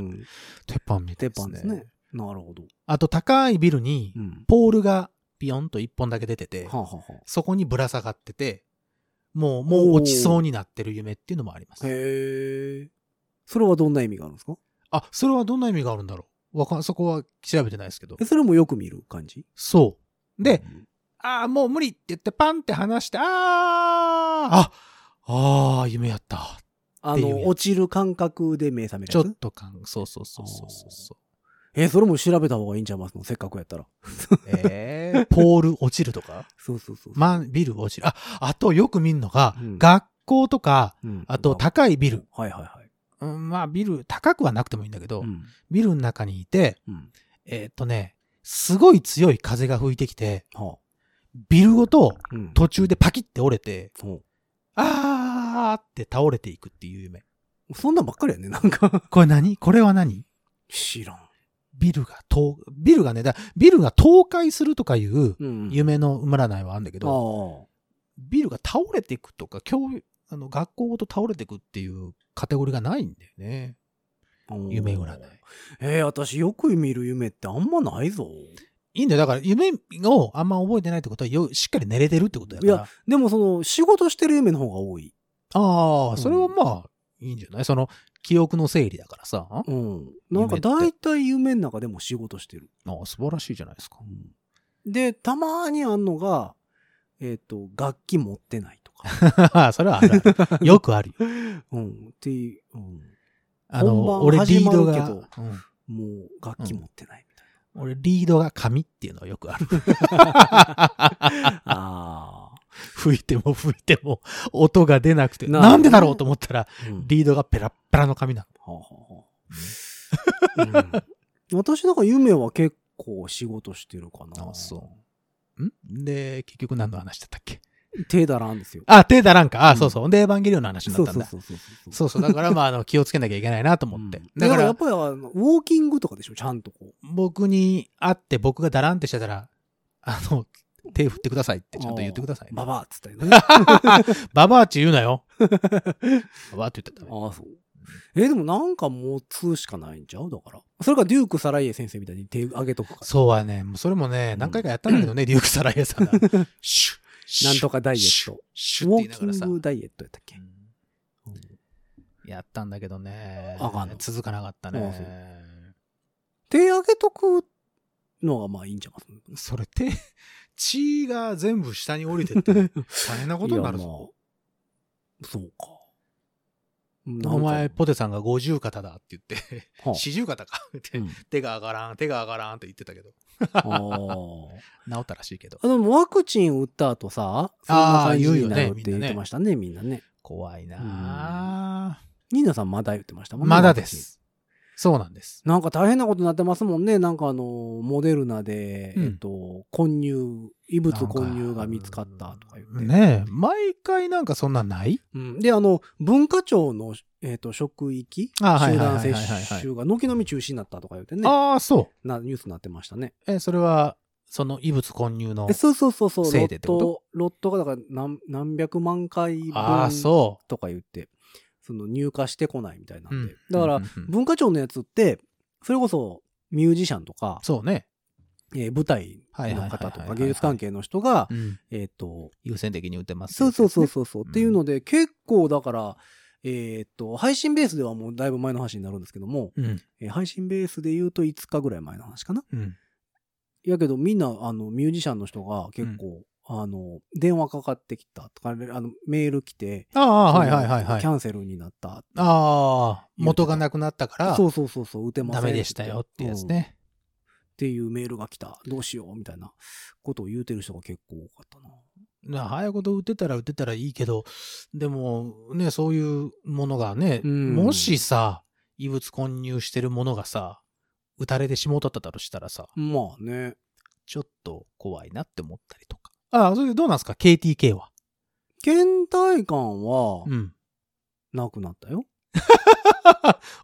鉄板みたい
鉄
です
板
ね。
ですね。なるほど。
あと高いビルに
う、ん。
ポールがビヨンと一本だけ出てて、
はあ、はあは
そこにぶら下がってて、もう、もう落ちそうになってる夢っていうのもありま
あ、
す。
へえ。それはどんな意味があるんですか
あ、それはどんな意味があるんだろうわかん、そこは調べてないですけど
え。それもよく見る感じ
そう。で、、ああ、もう無理って言ってパンって離して、ああ、ああー、夢やった。
あ
っていう
の、
やつ
落ちる感覚で目覚める
ちょ
や
っ
つ
と感、そうそうそうそうそうそう。
え、それも調べた方がいいんちゃいますのせっかくやったら。
えー、ポール落ちるとか
そうそうそう。
マン、ビル落ちる。あ、あとよく見るのが、
うん
学校とか、
うん
あと高いビル。
はいはいはい。
うん、まあビル、高くはなくてもいいんだけど、
うん
ビルの中にいて、
うん
えーっとね、すごい強い風が吹いてきて、
は
ビルごと
あうん
途中でパキって折れて、
そ
あーって倒れていくっていう夢。
うそんなんばっかりやね、なんか。
これ何これは何
知らん。
ビルが倒、ビルがね、だビルが倒壊するとかいう
うんあ
夢の占いはあるんだけ
あ。
ど、ビルが倒れていくとか、教育あの学校ごと倒れていくっていうカテゴリーがないんだよね。
うん
夢占い。
えー、私よく見る夢ってあんまないぞ。
いいんだよ。だから夢をあんま覚えてないってことはよ、しっかり寝れてるってことだから。
いやでもその、仕事してる夢の方が多い。
あ
ん
あ、それはまあ、いいんじゃないその、記憶の整理だからさ。あ
うん。なんか大体夢の中でも仕事してる。
あ、素晴らしいじゃないですか。
で、たまにあんのが、えっ、と、楽器持ってないと か。
それはある あるよくあるよ。
うん。っていう。うん
あ
本
の、
番
俺リード
始
が、
まる
うん
もう楽器持ってないみたい
俺リードが紙っていうのはよく ある。
な。あ
吹いても吹いても音が出なくて、
な
なんでだろうと思ったら、
あ。うん
リードがペラッペラの紙なの。
はあはあはあうん私なんか夢は結構仕事してるかな。
あ、そう。んで、結局何の話だったっけ
う。手だらんですよ。
あ、手だらんか。あ、
うん
そうそう。で、エヴァンゲリオンの話にな
そ
っ
う
たん
そう
だ。
そうそう。
そうそう。だから、まあ、あの、気をつけなきゃいけないなと思って
うん。
だ
だ
か
からや
ら
っ、ぱりあのウォーキングとかでしょ、ちゃんとこう。
僕に会って、僕がだらんってしてたら、あの、 手振ってくださいってちゃんと言ってくださいね。
バ
バ
バアっつったよね。 あ
バアっち言うな よ。ババアって言ったらダメ。
あ、そう。えでもなんか持つしかないんちゃうだから。それかデューク・サライエ先生みたいに手上げとくから。
そうはね、もうそれもね、何回かやったんだけど ね、リュウクサライエさんが。シュッ
なんとかダイエット。
シュッシュッ
ウォ
って言い
ー
な
キ
がらさ
ン。グダイエットやったっけ
やったんだけどね
あかんの。
続かなかった
あそ
ね。
手上げとくのがまあいいんじゃ ないま
それって、血が全部下に降りてって、大変なことになる
いや
ぞ。
まあそうか。
お前、ポテさんが五十肩だって言って、
はあ
四十肩かって、
うん
手が上がらん、手が上がらんって言ってたけど、
あー
治ったらしいけど。
あでもワクチン打った後さ、そんな感じになる
あー言うよね
って言ってましたね、みんなね。
怖いなぁ
ニーナさんまだ言ってましたもんね。
まだです。そうなんです。
なんか大変なことになってますもんね。なんかあの、モデルナで、
うん
えっと、混入、異物混入が見つかったとか言って。
ねえ、毎回なんかそんなんない
うん、で、あの、文化庁の、えっと職域、集
あはいはいはい
団
はい
接
はい
種が軒並み中止になったとか言ってね、
ああ、そ
なニュースになってましたね。
う。え、それは、その異物混入の
え。そうそうそうそう、ロ
せいで
ッ
ってこと
ト、ロットがだから何何百万回分
ああ、そ
とか言って、その入荷してこないみたいな
う。
んで。
うん
だか
う
ら
ん、うんうん
文化庁のやつって、それこそミュージシャンとか、
そうね。
えー舞台の
はいはい
方
はい
と
はいは
か
い
芸術関係の人が、えっ、と、
優先的に打てます
そう
よ。
そうそうそうそう、
うん
っていうので、結構だから、えっ、と、配信ベースではもうだいぶ前の話になるんですけども、
うん。
えー配信ベースで言うと5日ぐらい前の話かな。
うん。
やけどみんな、あの、ミュージシャンの人が結構、あの、電話かかってきたとか、あの、メール来て、
ああ、はいはいはいはい
キ。ャンセルになった。
ああ、元がなくなったから、
そうそうそうそう、打てませ
ダ
ん
メでしたよってや
う
つ
んっ
ね。
ていうメールが来た。どうしようみたいなことを言うてる人が結構多かったな。
な早いこと打てたら打てたらいいけど、でも、ね、そういうものがね、
うん
もしさ、異物混入してるものがさ、打たれてしもうとったとしたらさ、
まあね。
ちょっと怖いなって思ったりとか。ああ、それでどうなんですか ?KTK は。
倦怠感は
うん。
なくなったよ。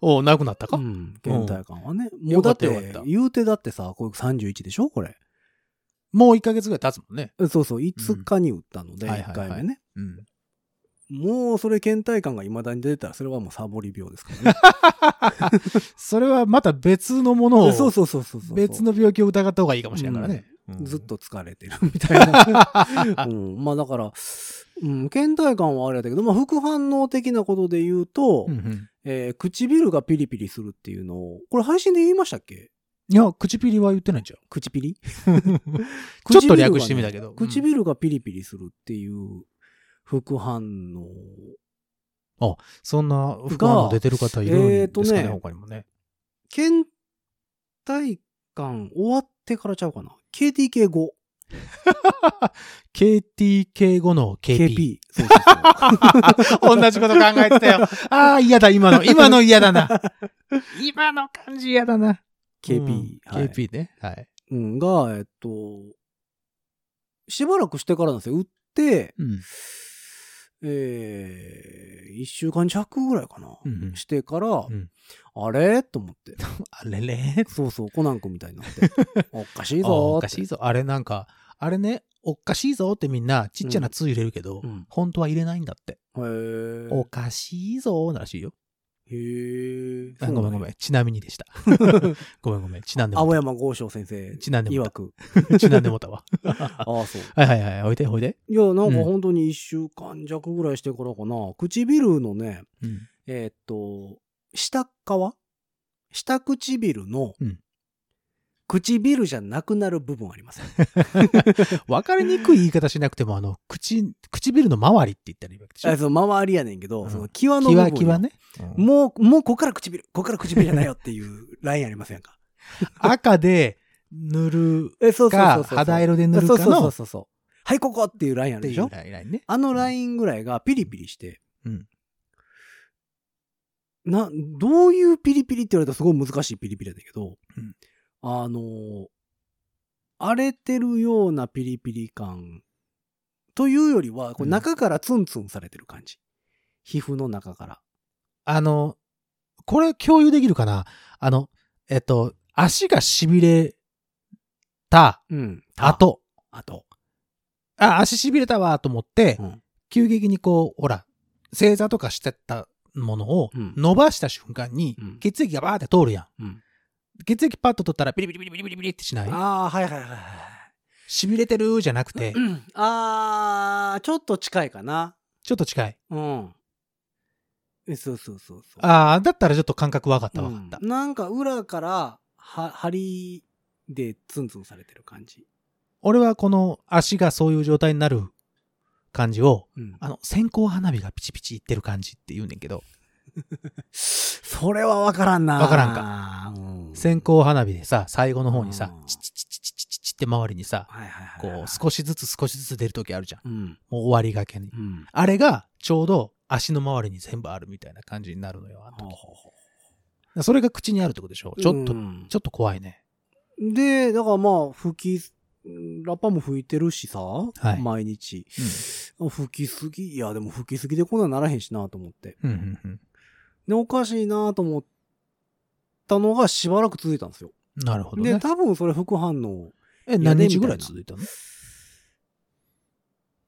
おうなくなったか、
うん。倦怠感はね。
ん
もうだって
よかったよかった、
言うてだってさ、これ31でしょこれ。
もう1ヶ月ぐらい経つもんね。
そうそう、5日に打ったので、
はいはいはい
1回目ね。
うん。
もうそれ倦怠感が未だに出てたら、それはもうサボり病です からね。
それはまた別のものを、
そうそうそうそうそう。
別の病気を疑った方がいいかもしれないからね。うん
ずっ。と疲れてるみ たい な。うん、まあだから、うん、倦怠感はあれだけど、まあ副反応的なことで言うと、
うん うん
えー唇がピリピリするっていうのを、これ配信で言いましたっけ
いや、口ピリは言ってない んちゃう
口ピリ
ちょっと略してみたけど。うん
唇がピリピリするっていう副反応。
そんな副反応出てる方いるん
えー
で
とね
すかね、他にもね。
倦怠感終わってからちゃうかな ?KTK5。
KTK 後の
KP。
KP。
そうそう そう
同じこと考えてたよ。ああ、嫌だ、今の。今の嫌だな。今の感じ嫌だな。
KP
うん
はい
KP ね。はい。
うん、が、えっと、しばらくしてからなんですよ。売って、
うん
えー、1週間弱ぐらいかな。
うんうん
してから、
ん
あれと思って。
あれれ
そうそう、コナン君みたいになって。 おかしいぞーって。
おかしいぞ。あれなんか、あれね、おかしいぞってみんなちっちゃな「つ」入れるけど、
うん
本当は入れないんだって。
へー
おかしいぞーらしいよ。
へー
あごめんご
ん。
めん。ちなみにで した。ごめんごめん。ちなんでも
青
う
山豪昌先生
た。ちなんでも
曰
う
く。
た。ちなんでもうたわ。
ああ、そう。
はいはいはい。おいでおいで。
いや、なん
う
か
ん
本当に1週間弱ぐらいしてからかな。唇のね、
うん。
えーっと、下側下唇の、
うん
唇じゃなくなる部分あり ます。
わかりにくい言い方しなくても、あの、口、唇の周りって言ったらいいわけでし
あ
ょ。
その周りやねんけど、
うん
その際の部分
キ
よ。
ワキワね。うん
もう、もうこっから唇、こっから唇じゃないよっていうラインありませんか。
赤で塗る
え、そうそうそう
か、
そう。
肌色で塗る
そう
か
そうそう
の、
そうそう。はい、ここっていうラインあるでしょ
っていうラインね。
あのラインぐらいがピリピリして、
うん
な、どういうピリピリって言われたらすごい難しいピリピリやねんけど、
うん
あの、荒れてるようなピリピリ感というよりは、こ
う
うん中からツンツンされてる感じ。皮膚の中から。
あの、これ共有できるかなあの、えっと、足が痺れた
うん。と。
後、
あと。
あ、足痺れたわと思って、
うん
急激にこう、ほら、正座とかしてたものを
うん
伸ばした瞬間に
うん、
血液がバーって通るやん。
うん
血液パッと取ったらピリピリピリピリピリピリってしない
ああ、はいはいはいはい。
痺れてるじゃなくて、
あー、ちょっと近いかな。
ちょっと近い。
うん。えそうそうそうそう。
ああ、だったらちょっと感覚わかった
う
わ
ん
かった。
なんか裏から、は、針でツンツンされてる感じ。
俺はこの足がそういう状態になる感じを、
うん。
あの、線香花火がピチピチいってる感じって言うねんけど、
それはわからんな。
わからん
か。うん、
線香花火でさ、最後の方にさ
うん、
チチチチチチチチって周りにさ、
はいはいはいはい、
こう、少しずつ少しずつ出るときあるじゃん。
うん。
もう終わりがけに。
うん。
あれが、ちょうど足の周りに全部あるみたいな感じになるのよ、あの時
ほうほ
それが口にあるってことでしょ
う
ちょっと、
うん
ちょっと怖いね。
で、だからまあ、吹き、ラッパも吹いてるしさ、
い
毎日。吹きすぎ、いやでも吹きすぎでこんなんならへんしなと思って。
うん、うん、うん。
で、おかしいなと思ったのがしばらく続いたんですよ。
なるほど
で、
ね。
多分それ副反応
え、何日ぐらい続いたの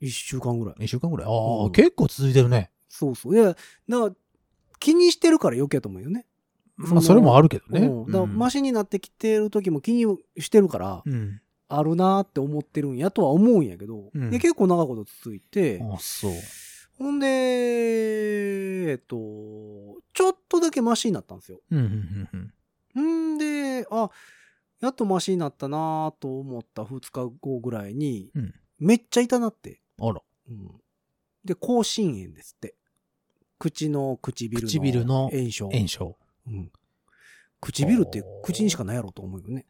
1週間ぐらい。
一週間ぐらい。ああ、
うん
結構続いてるね。
そうそう。いや、だから気にしてるから余計やと思うよね。そ
ま
の
あ、それもあるけどね。
うんだからマ
し、
シになってきてる時も気にしてるから、
うん。
あるなーって思ってるんやとは思うんやけど、
うん
で、結構長いこと続いて、
あそう。
ほんで、えっと、ちょっとだけマシになったんですよ。
うん、うん、うん。
んで、あ、やっとマシになったなーと思った2日後ぐらいに、
うん
めっちゃ痛なって、
うんあら。
うんで、口唇炎ですって。口の唇の
唇の
炎症。
炎症。
うん唇って口にしかないやろと思うよね。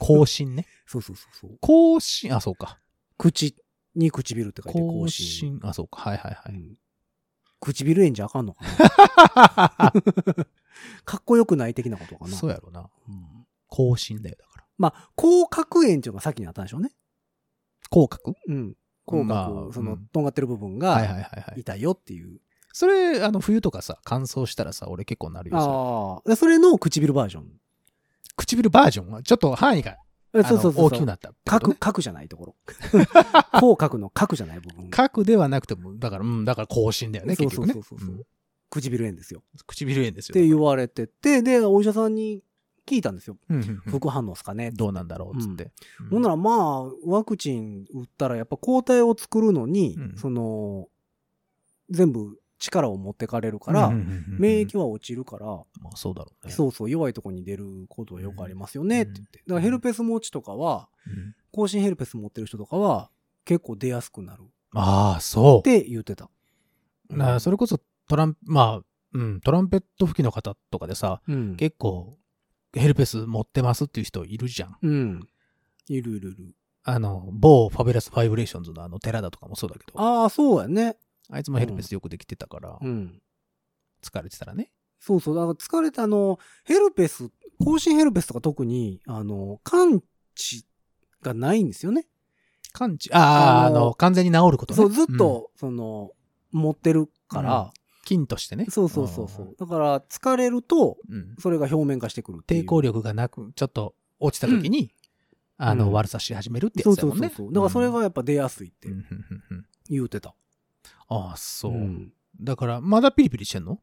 更新ね。
そうそうそうそう。
更新、あ、そうか。
口に唇って書いて
更
口唇。
新、あ、そうか。はいはいは
う
い。
ん唇炎じゃあかんのかなかっこよくない的なことかな。
そうやろな。
うん
更新だよ、だから。
まあ、口角炎っていうのが先にあったんでしょうね。
口角
うん。口角、
まあ
その、
うん
とんがってる部分
はいはい
が
はいはい。
痛いよっていう。
それ、あの、冬とかさ、乾燥したらさ、俺結構なるよ。それ
ああ。でそれの唇バージョン。
唇バージョンは、ちょっと範囲が、
え
あ
そう
の
そうそう
大
そ
きく
う。
なったってこと
角、
ね。
角じゃないとこ ろ。口角の角じゃない部分。
角ではなくても、だから、うん、だから更新だよね、
そう
結
そ
局
う
ね。
そうそうそう
うん
唇炎ですよ。
唇炎です
っ
よ。
て言われてて、で、お医者さんに聞いたんですよ。
うんうんうん
副反応ですかね。
どうなんだろうっつって。
ほんな
ら、
らまあ、ワクチン打ったらやっぱ抗体を作るのに、
うん
その、全部力を持ってかれるから、
うんうんうんうん
免疫は落ちるから、
まあそうだろうね。
そうそう、弱いとこに出ることはよくありますよねって言って。
うん
だからヘルペス持ちとかは、
うん
更新ヘルペス持ってる人とかは、結構出やすくなるっ
ああ、そ
て言ってた。
う。なそれこそトラン、まあ、うん、トランペット吹きの方とかでさ、
うん。
結構、ヘルペス持ってますっていう人いるじゃん。
うん。いるいるいる。
あの、某ファベラスファイブレーションズのあの、寺田とかもそうだけど、あ
ああ、そうやね。
いつもヘルペスよくできてたから、
うん。
疲れてたらね。
そうそう。だから疲れたあの、ヘルペス、更新ヘルペスとか特に、あの、感知がないんですよね。
完治、ああ、
あ
あ
の
の、完全に治ることね。
そう、ずっ
ん、
と、その、持ってるから、
菌としてね。
そうそうそうそう。だから、疲れると、
うん。うん。
それが表面化してくるっていう。
抵抗力がなく、ちょっと落ちた時に、あ
う
の、
ん
悪さし始めるって
そ
や
う
つだ
そう
もん
そう
ね。
そう。だから、それがやっぱ出やすいって
うん、うんうんうん
言うてた。
ああ、そう。
ん。
だから、まだピリピリしてんの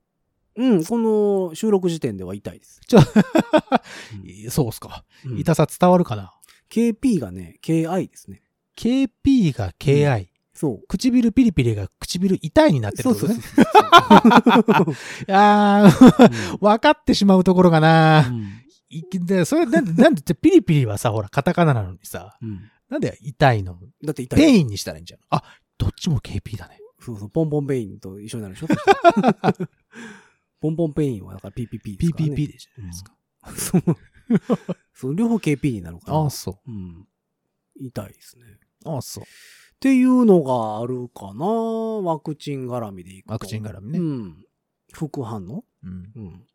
うん、この収録時点では痛いです。
ちょ
うん
いそうっすか。
うん
痛さ伝わるかな、
KP がね、KI ですね。
?KP が KI、
そう。
唇ピリピリが唇痛いになってるってことね。
そうそうそう
あー、
そう
分かってしまうところが
う
な、
ん
いで、それなん で、なんで、じゃピリピリはさ、ほら、カタカナなのにさ、
うんうん
なんで痛いの
だって痛い
ペインにしたらいいんじゃん。あ、どっちも KP だね。
そうそう、ポンポンペインと一緒になるで しょポンポンペインはだから PPP ですから、ね。
PPP でじゃないですか。
そう。 そう、両方 KP になるから。
ああ、そ
う
う。
ん。痛いですね。っ
ああ、そう。
ていうのがあるかなワクチン絡みでいくと。
ワクチン絡み
う
ね。
ん。副反応
うん。
うん。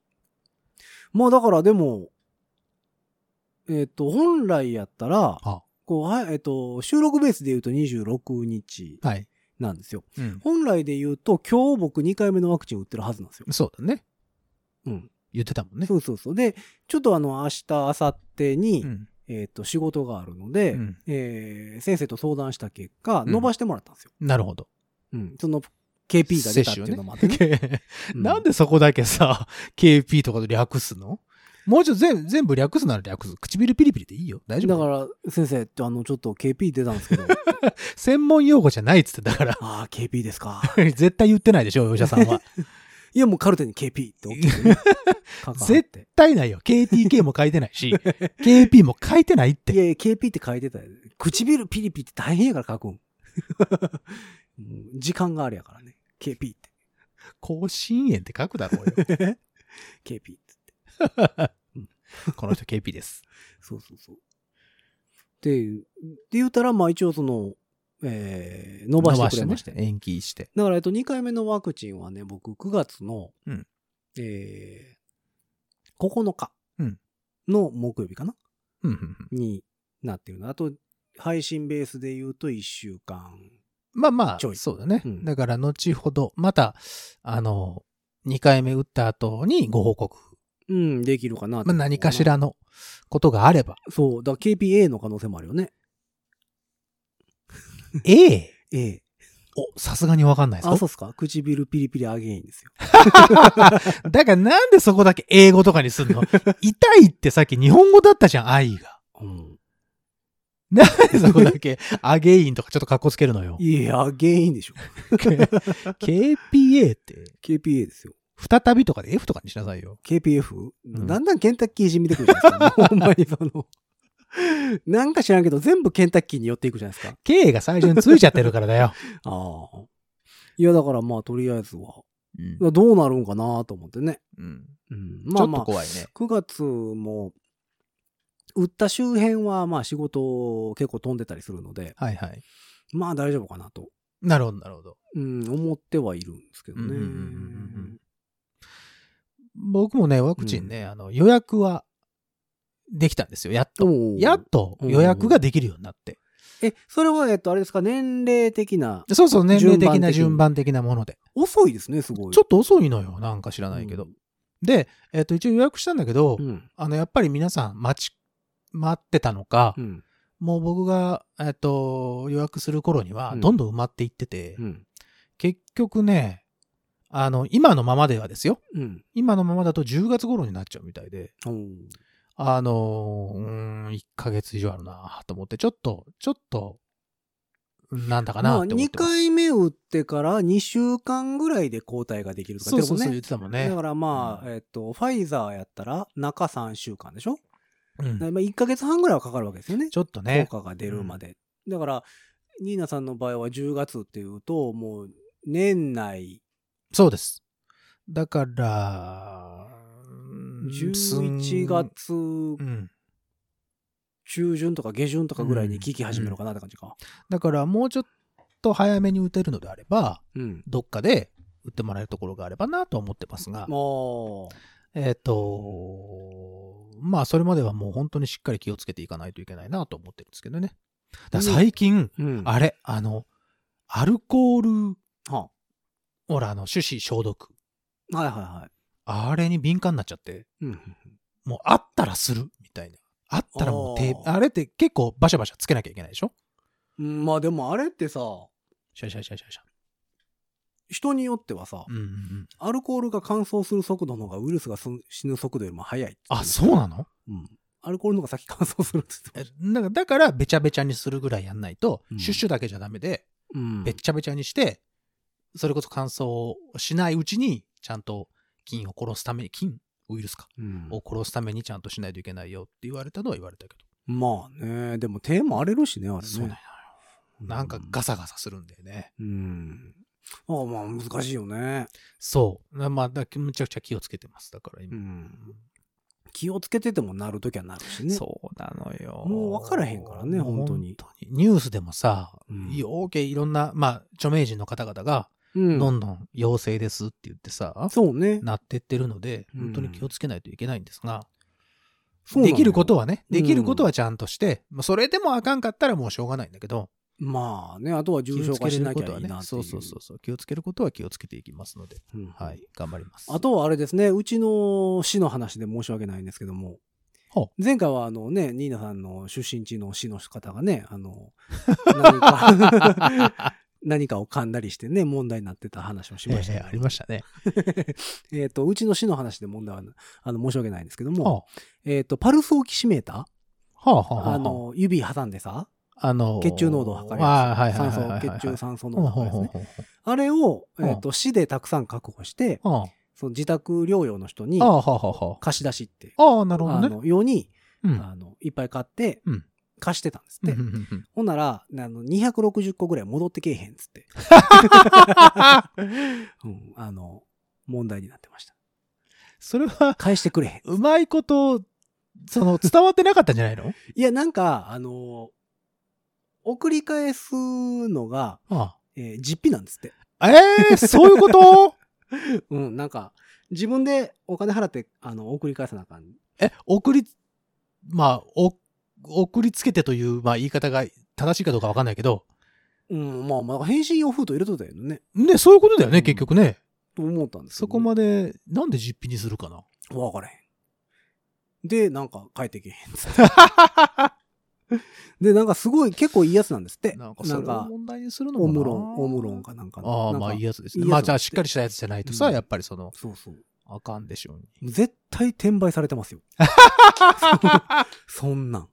まあだからでも、えっ、と、本来やったら
あ、
こう、はえっ、と、収録ベースで言うと26日
はい。
なんですよ。
うん。
本来で言うと、今日僕2回目のワクチン打ってるはずなんですよ。
そうだね。
うん。
言ってたもんね。
そうそうそう。で、ちょっとあの、明日、明後日に、
うん。
えっ、と、仕事があるので、
うん
えー先生と相談した結果、
うん
伸ばしてもらったんですよ。
なるほど。
うん。その、KP が出たっていうのもあってね。
接種ね
う
なんでそこだけさ、KP とかで略すのもうちょっと全全部略すなら略す。唇ピリピリでいいよ。大丈
だ
夫
か。ら、先生、あの、ちょっと KP 出たんです けど、
専門用語じゃないっつって、だから。
ああ、KP ですか。
絶対言ってないでしょ、お医者さんは。
いや、もうカルテに KP って大き くね。書かれ
絶
て。
対ないよ。KTK も書いてないし、KP も書いてないっ
い
て。
やいや、KP って書いてたよ。唇ピリピって大変やから書くん。 うん時間があれやからね。KP って。
甲子園って書くだろうよ。
KP って。
この人 KP です。
そうそうそう。で、で言ったら、まあ一応その、えー、伸ばしてくれまして。
伸ばね延期して。
だから、えっと、2回目のワクチンはね、僕、9月の、
うん
えー、9日
うん
の木曜日かな、
うんうんうん
になってるの。あと、配信ベースで言うと1週間。
まあま
ちょ
あ、
い
そうだね。
うん
だから、後ほど、また、あの、2回目打った後にご報告。
うん、できるかなって
まあ、何かし。らのことがあれば。
そう、だから KPA の可能性もあるよね。
ええ
A。
お、さすがにわかんないぞ
あ、そうっすか唇ピリピリアゲインですよ。
だからなんでそこだけ英語とかにすんの痛いってさっき日本語だったじゃん、愛が。
うん。
なんでそこだけ、アゲインとかちょっと格好つけるのよ。
いや、アゲインでしょ。
KPA って、
KPA ですよ。
再びとかで F とかにしなさいよ。
KPF?、
ん
だんだんケンタッキーじみてくるじゃないですか。ほんまにその。なんか知らんけど、全部ケンタッキーに寄っていくじゃないですか。
K が最初についちゃってるからだよ。
ああ。いや、だからまあ、とりあえずは。
うん
どうなるんかなと思ってね。
うん
うん。まあまあ、
怖いね。
9月も、売った周辺は、まあ仕事結構飛んでたりするので、
はいはい。
まあ大丈夫かなと、
なるほど、なるほど。
うん、思ってはいるんですけど
うんうんうんうん
ね。
僕もね、ワクチンね、あの予約はできたんですよ、やっと。
おう
やっと予約ができるようになって。
え、それは、えっと、あれですか、年齢的な。
そうそう、年齢的な
順
順
番
番的なもので。
遅いですね、すごい。
ちょ
っ
っと遅いのよ、なんか知ら
と
ないけど。。で、えっ、と、一応予約したんだけど、
うん。
あの、やっぱり皆さん待ち、待ってたのか、
うん。
もう僕が、えっ、と、予約する頃には、
うん
どんどん埋まっていってて、
うん。
結局ね、あの、今のままではですよ。
うん。
今のままだと10月頃になっちゃうみたいで、
おー
あのー、うーん、1ヶ月以上あるなと思って、ちょっと、ちょっと、なんだかな
ま
っ
あ、
て思っ
2
てます。
回目打ってから2週間ぐらいで抗体ができるとか
そうそうそう
で
言
も
ってたもん
ね。
ね
だ。からまあ、
う
えっと、ファイザーやったら中3週間でしょ
うん
だからまあ1ヶ月半ぐらいはかかるわけですよね。
ちょっと
効
ね。
果が出るまで。だから、ニーナさんの場合は10月っていうと、もう年内
そうです。だから、うーんすん
11月
うん。
中旬とか下旬とかぐらいに効き始めるかなって感じか。
だから、もうちょっと早めに打てるのであれば、
うん。
どっかで打ってもらえるところがあればなとは思ってますが、
も
えっ、と、まあ、それまではもう本当にしっかり気をつけていかないといけないなと思ってるんですけどね。だから最近、
う、うん。
あれ、あの、アルコール、
は
ほら、あの、手指消毒。
あはいはいは
あれに敏感になっちゃって、
い。うん。
もうあったらする、みたいな。あったらもう手、
あー
あれって結構バシャバシャつけなきゃいけないでしょ
うんまあでもあれってさ、
シャシャシャシャシャ。
人によってはさ、
うんうんうん。
アルコールが乾燥する速度の方がウイルスがす死ぬ速度よりも速いって言う
あ、そうなの
うん。アルコールの方が先乾燥するって言
え
って
なんかだから、べちゃべちゃにするぐらいやんないと、
うん
シュッシュだけじゃダメで、
たうん
べっちゃべちゃにして、それこそ乾燥をしないうちに、ちゃんと菌を殺すために、菌ウイルスか。
うん
を殺すためにちゃんとしないといけないよって言われたのは言われたけど。
まあね、でも手も荒れるしね、あれね。
そうなんよ。なんかガサガサするんだよね。
うん。ああまあ難しいよね。
そう。なまあ、だむちゃくちゃ気をつけてます。だから
う
今。
ん。気をつけててもなるときはなるしね。
そうなのよ。
もう分からへんからね本当に
本当にニュースでもさ、
うん
よーけいろんな、まあ、著名人の方々が、
うん
どんどん陽性ですって言ってさ、
そうね。
なってってるので、
うん
本当に気をつけないといけないんですが、
そうなの
で
よ
きることはね、
うん
できることはちゃんとして、まあそれでもあかんかったらもうしょうがないんだけど、
まあね、あとは重
気
症
をつ
化
け
し
れ
な
る
き
こ
ゃい
と
いな
は
ってい
ね
う、、
そうそうそうそう、気をつけることは気をつけていきますので、
うん。
はい、頑張ります。
あとはあれですね、うちの市の話で申し訳ないんですけども
ほう、
前回はあのね、ニーナさんの出身地の市の方がね、あ の、何か、 何かを噛んだりしてね、問題になってた話をしましたけ
え
ど、
ーありましたね。
えっと、うちの市の話で問題はな、あの、申し訳ないんですけど
はあ
も、えっと、パルスオキシメータ
はあはあ
ー
はあ。
あの、指挟んでさ、
あの
血中濃度を測る
ああ、はい
やつ。
はい
酸
はいはいはい。
素、血中酸素濃
ほう
度を
ほ
測
う
るやつ
ほう
ね。
ほう
あれを、
うん
えっと、市でたくさん確保して、
ああ
その自宅療養の人に
ああ、はあはあは
貸し出しって、
あ。ああ、なるほ
あ
どね。
の、ように、
うん。
あの、いっぱい買って
うん、
貸してたんですって。
うんうんうん
ほんなら、あの、260個ぐらい戻ってけえへんっつって、うん、あの、問題になってました。
それは、
返してくれへん。
うまいこと、その、伝わってなかったんじゃないの
いや、なんか、あの、送り返すのが、
あ
えー実費なんですって。
あええ、そういうこと
うん、なんか、自分でお金払って、あの、送り返さなあかん。
え、送り、まあ、お、送りつけてという、まあ、言い方が正しいかどうかわかんないけど、
うん、まあ、まあ、返信用封筒入れとったよね。
ね、そういうことだよ
う
ね、
ん
結局ね。
と思ったんです
そこまで、なんで実費にするかな。
で。わからへん。で、なんか、帰ってけえへんっ つって。で、なんかすごい、結構いいやつなんですって。
なんか、
な
そ
ん
れを
か、
問題にするの
オ
もな
ムロン、オムロンかなんかの。
ああ、
なんか
まあいいやつですね。
いいやつ
まあじゃあしっかりしたやつじゃないとさ、
うん
やっぱりその、
そうそう。
あかんでしょうに。
絶対転売されてます よ。そんなん。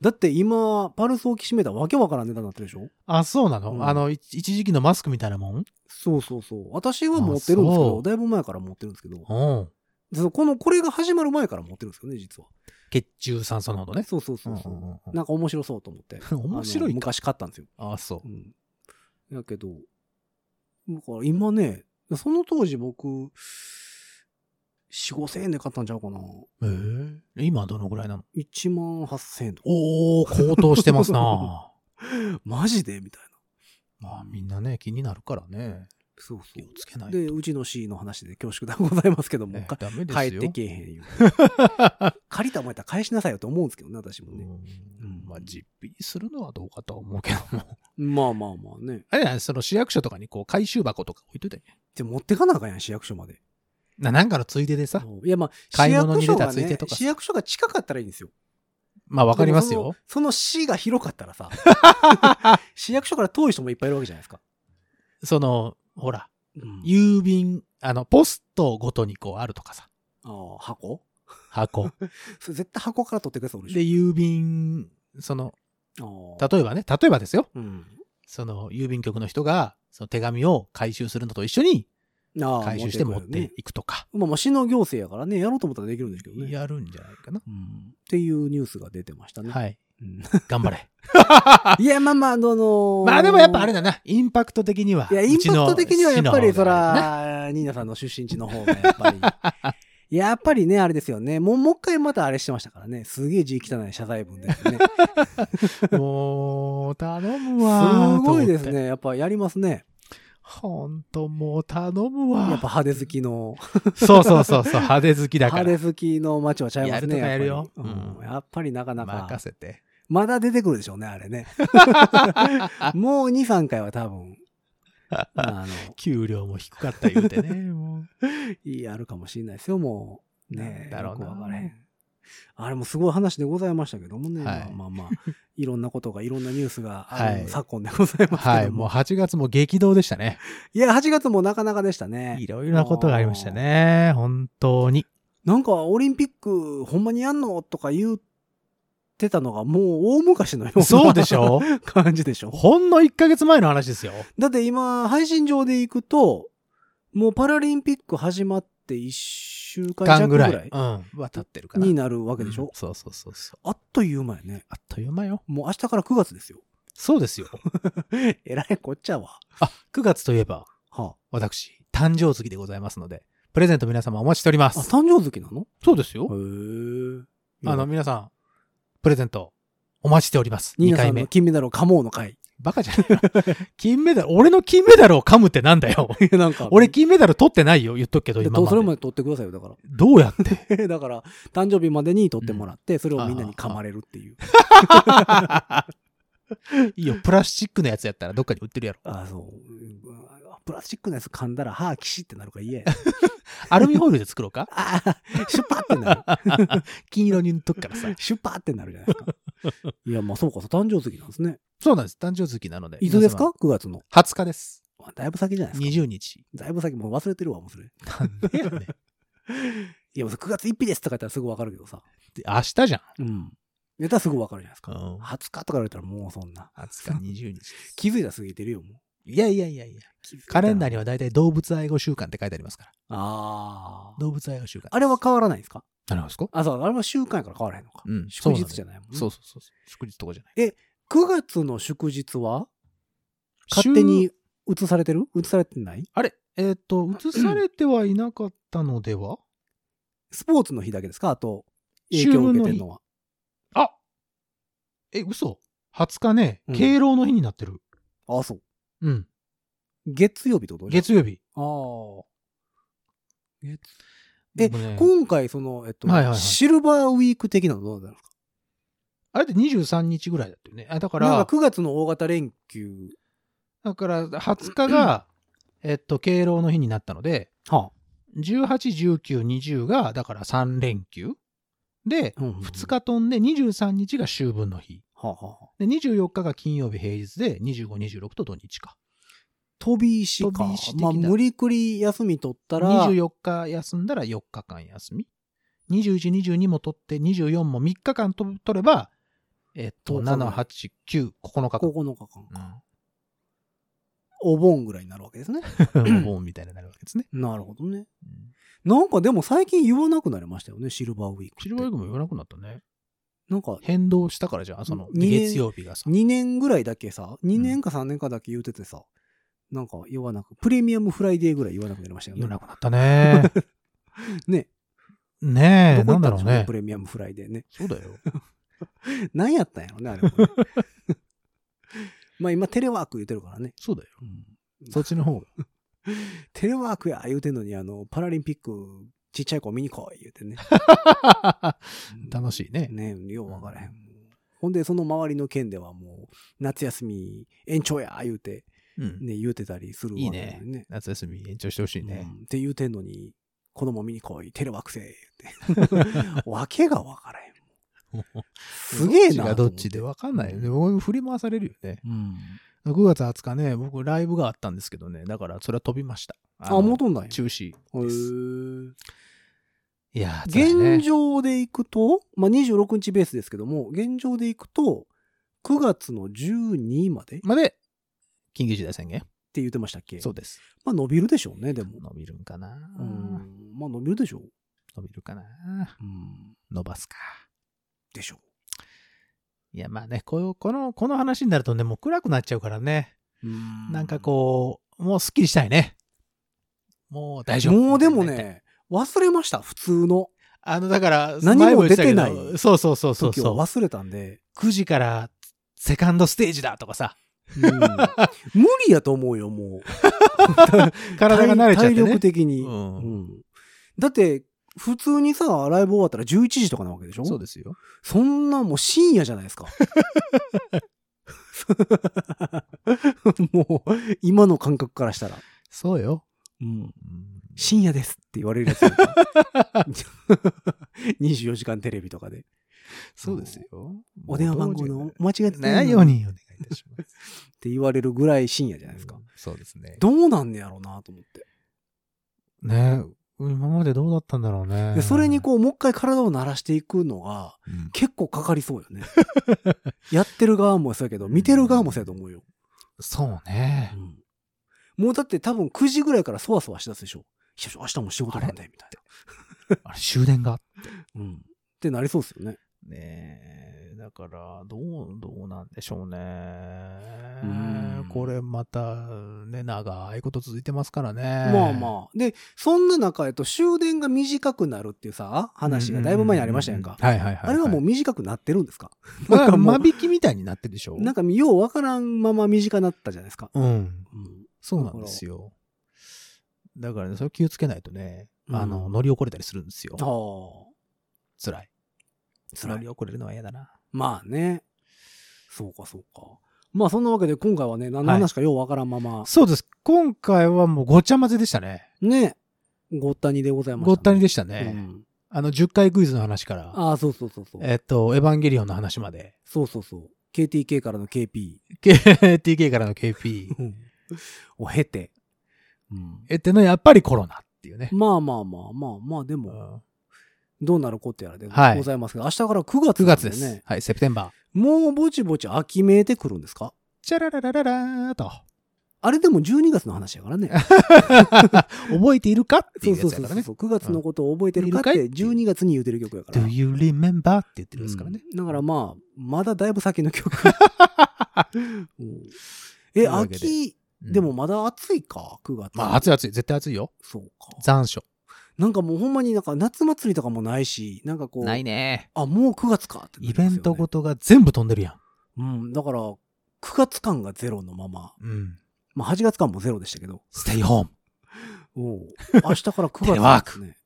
だって今、パルスオキシメーターわけわからん値段になってるでしょ
あ、そうなの、
うん
あの、い一時期のマスクみたいなもん
そうそうそう。私は持ってるんですけ
あそ
ど、
う
だいぶ前から持ってるんですけど、
うん。
そうこの、これが始まる前から持ってるんですよね、実は。
血中酸素濃度ね。
そうそうそうそう
うんうんうんうん
なんか面白そうと思って。
面白いか
あの昔買ったんですよ。
あ、そうう。
ん。やけど、だから今ね、その当時僕、4、5千円で買ったんちゃうかな。
ええ今どのぐらいなの
1万8千 円とか。
おお高騰してま すな
マジでみたいな。
まあみんなね、気になるからね。
そう
気をつけないと。
で、うちの C の話で恐縮でございますけども、
ね
か
ダメですよ。
帰ってけえへんよ。 借りたもんやったら返しなさいよと思うんですけどね、私も
う
ね。
ん。まあ実費にするのはどうかとは思うけども。
まあまあまあね。
あれだね、その市役所とかにこう回収箱とか置いといて。
じゃあ持ってかなあかんやん、市役所まで。
な、なんかのついででさ。
いやまあ、
買
市
い物
役
に
所
入れた
が、
つい
ね
でと、かさ
市役所が近かったらいいんですよ。
まあわかりますよ。
その市が広かったらさ、市役所から遠い人もいっぱいいるわけじゃないですか。
その、ほら、
うん
郵便、あの、ポストごとにこうあるとかさ、
ああ箱
箱。
それ絶対箱から取ってくやつおる
で、
でし
郵便、その、
ょ。ああ
例えばね、例えばですよ、
うん
その、郵便局の人が、その手紙を回収するのと一緒に、
ああ
回収して持
く
っ
るよ
て
ね
いくとか、
まあまあ、市の行政やからね、やろうと思ったらできるんですけどね。
やるんじゃないかな。
うんっていうニュースが出てましたね。
はい。
うん
頑張れ。
いや、まあまあ、あのー
まあでもやっぱあれだな、インパクト的には。
いや、インパクト的にはやっぱり、そ
ら、
ら、ニーナさんの出身地の方がやっぱり。 やっぱりね、あれですよね。もう、もう一回またあれしてましたからね。すげえ字汚い謝罪文ですね。
も う、頼むわ。
すごいです
と思って。
ね。やっぱやりますね。
ほんと、もう頼むわ。
やっぱ派手好きの、
そうそうそうそう、派手好きだか
派
ら。
手好きの街はちゃいますね。
やると
や
かやるよ
っぱり
うん
うんやっぱりなかなか
任。せて。
まだ出てくるでしょうね、あれ ね。もう2、3回は多分。あの、
給料も低かった言うてね、もう。
いいあるかもしれないですよ、もう。ねえ。
なんだろうな
よくわからへんあれもすごい話でございましたけどもね。
はい
まあまあまあ、いろんなことが、いろんなニュースが、あの
はい
昨今でございますけども。
はい、もう8月も激動でしたね。
いや、8月もなかなかでしたね
い。ろいろなことがありましたね、本当に。
なんか、オリンピック、ほんまにやんのとか言ってたのが、もう大昔のような
そうでしょ
感じでしょ。
ほんの1ヶ月前の話ですよ。
だって今、配信上で行くと、もうパラリンピック始まって1週間弱
間ぐ
ぐ
ら
ら
い。
い
うん。は経ってるから。
になるわけでしょ
うん。そうそうそうそう。
あっという間やね。
あっという間よ。
もう明日から9月ですよ。
そうですよ。
えらいこっちゃわ。
あ、9月といえば、
は
私、誕生月でございますので、プレゼント皆様お待ちしておりま
あ。あ、
す。
誕生月なの
そうですよ。
へえ。
あの、、皆さん、プレゼントお待ちしております。
ニー
2
ナさ
回
ん
目
の。金メダルを噛もうの回。
バカじゃねえよ。 金メダル、俺の金メダルを噛むってなんだよ。
いやなんか、
俺金メダル取ってないよ、言っとくけど、
で
今ま
それ
で。
も取ってくださいよ、だから。
どうやって
だから、 誕生日までに取ってもらって、それをみんなに噛まれるっていう。
いいよ、プラスチックのやつやったらどっかに売ってるやろ。
ああ、そううん。プラスチックのやつ噛んだら、歯キシってなるから言え。
アルミホイルで作ろうか
ああ、 シュパってなる。
金色に塗っとくからさ。
シュパってなるじゃないですか。いや、まあそうか、そう誕生月なんですね。
そうなんです。誕生月なので。
いつですか
皆
?9 月の。
様 ?20 日です。
あだいぶ先じゃないですか。
20日。
だいぶ先、もう忘れてるわ、もうそれ。
なんでやねん。で
いや、9月1日ですとか言ったらすぐわかるけどさ。
明日じゃん。
うん。言ったらすぐわかるじゃないですか。
うん
20日とか言われたらもうそんな。
20日、20日です。
気づいたら過ぎてるよ、もう。
いやいやいやいや。カレンダーには大体動物愛護週間って書いてありますから。
ああ。
動物愛護週間。
あれは変わらないんですか
何ですか
あ、そう、あれは習慣やから変わらへんのか。
うん
祝日じゃないもんね。
そうそうそうそう。祝日とかじゃない。
9月の祝日は勝手に移されてる移されてない
あれえっ、と、映されてはいなかったのでは、
スポーツの日だけですかあと、影響を受けてるのは。
あえ、嘘 ?20 日ね
う、ん
敬老の日になってる。
あ、そう。
うん。
月曜日ってこと
月曜日。
ああ。え
もうね
今回、その、えっと、
はいはいはい
シルバーウィーク的なのどうなるんですか
あれって23日ぐらいだったよね。あだから、
なんか9月の大型連休。
だから20日が、えっと、敬老の日になったので、
は
18、19、20が、だから3連休。で、
あ。うん、
2日飛んで23日が秋分の日。
はあ、はあ。
で、24日が金曜日平日で、25、26と土日か。
飛び石か。
飛び石的
ま
な
あ、無理くり休み取ったら、
24日休んだら4日間休み。21、22も取って、24も3日間と取れば、えっと、
そうそう
7、8、9、9日間。
9日間。お盆ぐらいになるわけですね。
うん、お 盆みたいになるわけですね。
なるほどね。なんかでも最近言わなくなりましたよね、シルバーウィークって。
シルバーウィークも言わなくなったね。
なんか、
変動したからじゃん、その、
二年
月曜日がさ。
2年ぐらいだけさ、2年か3年かだけ言うててさ、なんか言わなく、プレミアムフライデーぐらい言わなくなりましたよ
言
ね
わな。くなったね。
ね。
ねえ、
ど
な
こ行ったんで
んだろう
しょうね、
ね
プ。レミアムフライデーね。
そうだよ。
何やったんやろね、あれもね まあ今テレワーク言ってるからね。
そうだよ。そっちの方が。
テレワークや言うてんのに、あの、パラリンピックちっちゃい子見に来い言うてね。
楽しいね。
ねよう分からへん。ほんで、その周りの県ではもう、夏休み延長や言うて、
うん。
ね、言うてたりするわけ
いい
だよ
ね。夏休み延長してほしいね。
うんって言うてんのに、子供見に来い、テレワークせえ、 って。わけが分からへん。すげえな
どっちがどっちでわかんないよね。僕振り回されるよね。
うん。
9月20日ね、僕ライブがあったんですけどね、だからそれは飛びました。あ
あ、
の
戻んない
中止
へ
です。
ー
いやー、辛いね
現状でいくと、まあ、26日ベースですけども、現状でいくと、9月の12までって
まで、緊急事態宣言
言ってましたっけ
そうです。
まあ伸びるでしょうね、でも。
伸びるんかな
うん。まあ伸びるでしょう。
伸びるかな
うん。
伸ばすか。
でしょ
いや、まあね、この、この、この話になるとね、もう暗くなっちゃうからね。
う。
なんかこう、もうすっきりしたいね。もう大丈夫。
もうでも。ね、忘れました、普通の
あの、だから、
何も
前言ってたけど
出てない
そうそうそうそう
時
そ
を
う。
忘れたんで、
9時からセカンドステージだとかさ、
うん 無理やと思うよ、もう。
体が慣れちゃっ
体
て
力
ね。
的に、
うん
うんだって、普通にさ、ライブ終わったら11時とかなわけでしょ
そうですよ。
そんなもう深夜じゃないですか。もう、今の感覚からしたら、
そうよ。
うん
うん
深夜ですって言われるやつやんか 24時間テレビとかで。
そうですよ。
お電話番号の間違って
な
ない
い
よ
よ
っ
うにお願いいたします。
て言われるぐらい深夜じゃないですか。
そうですね。
どうなんねやろうなと思って。
ね今までどうだったんだろうね。
でそれにこう、もう一回体を慣らしていくのが、
うん、
結構かかりそうよね。やってる側もそうやけど、見てる側もそうやと思うよ。
そうね。
もうだって多分9時ぐらいからそわそわしだすでしょ。よいしょ明日も仕事なんで、みたい
あれ終電が。
な。うん。ってなりそうですよね。
ねえ。だから、どう、どうなんでしょう
うん
ね。これまた、ね、長いこと続いてますからね。
まあまあ。で、そんな中、えっと、終電が短くなるっていうさ、話がだいぶ前にありましたやんか。
ううううんはいはいはい。
あれはもう短くなってるんですか
まあ、
なんかもう
間引きみたいになってるでしょ
なんか、ようわからんまま短なったじゃないですか。
うん。
うん
そうなんですよ。だからね、それ気をつけないとね、
うん
あの、乗り遅れたりするんですよ。
ああ。
辛い。
辛い
乗り遅れるのは嫌だな。
まあね。そうか、そうか。まあ、そんなわけで、今回はね、何の話かようわからんまま、
そうです。今回はもうごちゃ混ぜでしたね。
ね。ごったにでございました、ね。
ごったにでした
で
ね。
うん。
あの、10回クイズの話から、
ああ、そうそうそうそう。
えっと、エヴァンゲリオンの話まで、
そうそうそう。KTK からの KP
TK からの KP。
を経て。うん。
えっての、やっぱりコロナっていうね。
まあまあまあまあまあ、で
う
も、
ん
どうなるこってやらで
はい
ございますけど、明日から9月
9
なん
月です。
ね。
はい、セプテンバー。
もうぼちぼち秋めいてくるんですか
チャラララララ ーと。
あれでも12月の話やからね。
覚えているかって
そ
いうう
そ
や
う
つ
そ
だ
う
から
そう
ね。
9月のことを覚えてるかっ
い
て
るかい
12月に言うてる曲やから。
Do you remember? って言ってるんですからね。
うんだからまあ、まだだいぶ先の 曲。うんえ、
いうわけで
秋、
うん
でも、まだ暑いか ?9 月。
まあ暑い暑い。絶対暑いよ。
そうか。
残暑。
なんかもうほんまになんか夏祭りとかもないし、なんかこう、
ね。
あ、もう9月かってな
イ
りますよ
ベ
ね
ントごとが全部飛んでるやん。
うん、だから、9月間がゼロのまま、
うん。
まあ8月間もゼロでしたけど、
stay home.
おう明日から9月なんですね。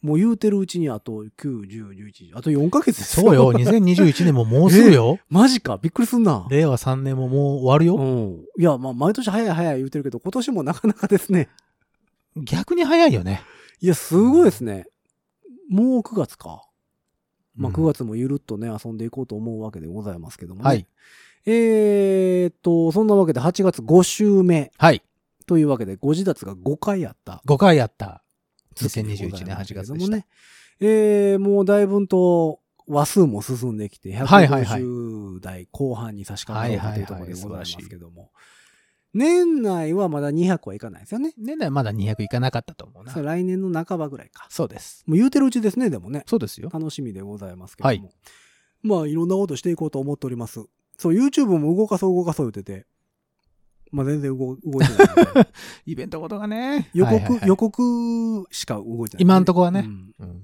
もう言うてるうちにあと9、10、11、あと4ヶ月です
そう よ。。2021年ももうすぐよ。
マジか、びっくりすんな。
令和3年ももう終わる
う
よ。
ん。いや、まあ、毎年早い早い言うてるけど、今年もなかなかですね。
逆に早いよね。
いや、すごいですね。もう9月か。まあ、
うん
9月もゆるっとね、遊んでいこうと思うわけでございますけどもね。
はい。。
えーっと、そんなわけで8月5週目
はい。
というわけで、ご自立が5回あった。
5回やった。
月でござ
2021
い
年
ま
8
すけれ
月
ど
で
も
した。
ね。えー、もうだいぶんと話数も進んできて、
はいはいはい
150代後半に差し掛かろうかというところでございますけども。年内はまだ200はいかないですよね。
年内まだ200いかなかったと思うな
そ。れ来年の半ばぐらいか。
そうです。
もう言うてるうちですね、でもね。
そうですよ。
楽しみでございますけども。
はい
まあ、いろんなことしていこうと思っております。そう、YouTube も動かそう動かそう言ってて、まあ全然動動いてない ので
イベントごとがね。
予告、
はいはいはい
予告しか動いてない、
今んとこはね
うん
うん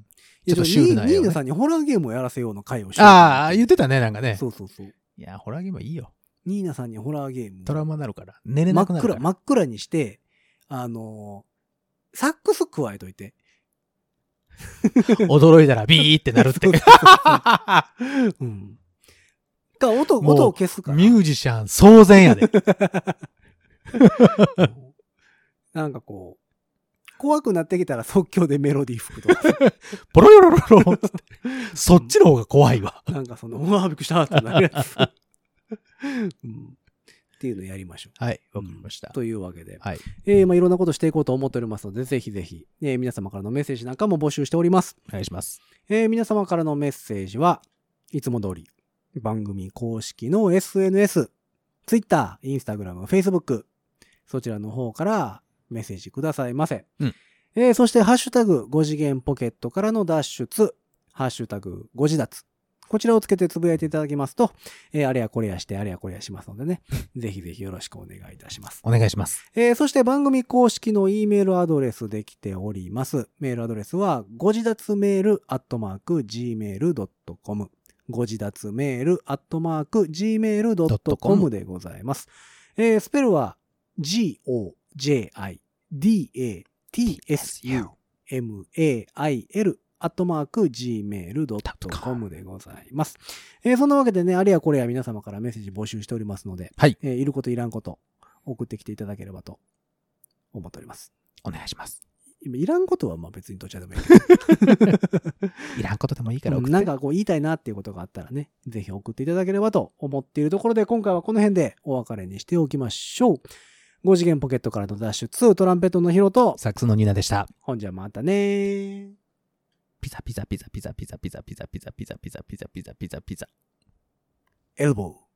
いや
ちょっとシュールな
ニ
絵
ー
をね
ニーナさんにホラーゲームをやらせようの回をしよう
ああ、言ってたね、なんかね。
そうそうそう。
いや、ホラーゲームはいいよ。
ニーナさんにホラーゲームを
トラウマになるから。寝れ
真
なく
っ
なる
暗、
から。
真っ暗にして、あのーサックス加えといて。
驚いたらビーってなるって。
そう
ミ
そうん。か、音、
もう
音を消すから。
ュージシャン騒然やで。
なんかこう、怖くなってきたら即興でメロディー吹くとか、
ポロヨロロロロっつってそっちの方が怖いわ。
なんかその、うわーびっくりしたってなるやつ、うん。っていうのやりましょう。
はい、わかりま した。
というわけで、
はい。
えーまあ、いろんなことしていこうと思っておりますので、ぜひぜひ、えー皆様からのメッセージなんかも募集しております。
お願いします。
えー皆様からのメッセージはいつも通り番組公式の SNS、Twitter、Instagram、Facebook そちらの方からメッセージくださいませ。
うん
えーそしてハッシュタグ5次元ポケットからの脱出、ハッシュタグ5次脱。こちらをつけてつぶやいていただきますと、えーあれやこれやしてあれやこれやしますので ね、ぜひぜひよろしくお願いいたします。
お願いします。
えーそして番組公式の E メールアドレスできております。メールアドレスは、ご自立メールアットマーク gmail.com。ご自立メールアットマーク gmail.com でございます。えースペルは、g-o-j-i-d-a-t-s-u-m-a-i-l アットマーク gmail.com でございます。えーそんなわけでね、あれやこれや皆様からメッセージ募集しておりますので、
はい
えーいることいらんこと、送ってきていただければと思っております。
お願いします。
今いらんことはまあ別にどちらでもい いけど
いらんことでもいいから送って。
なんかこう言いたいなっていうことがあったらね、ぜひ送っていただければと思っているところで、今回はこの辺でお別れにしておきましょう。5次元ポケットからの脱出、トランペットのヒロと、
サックスのニーナでした。
ほんじゃまたねー。
ピザピザピザピザピザピザピザピザピザピザピザピザピザピザ。
エルボー。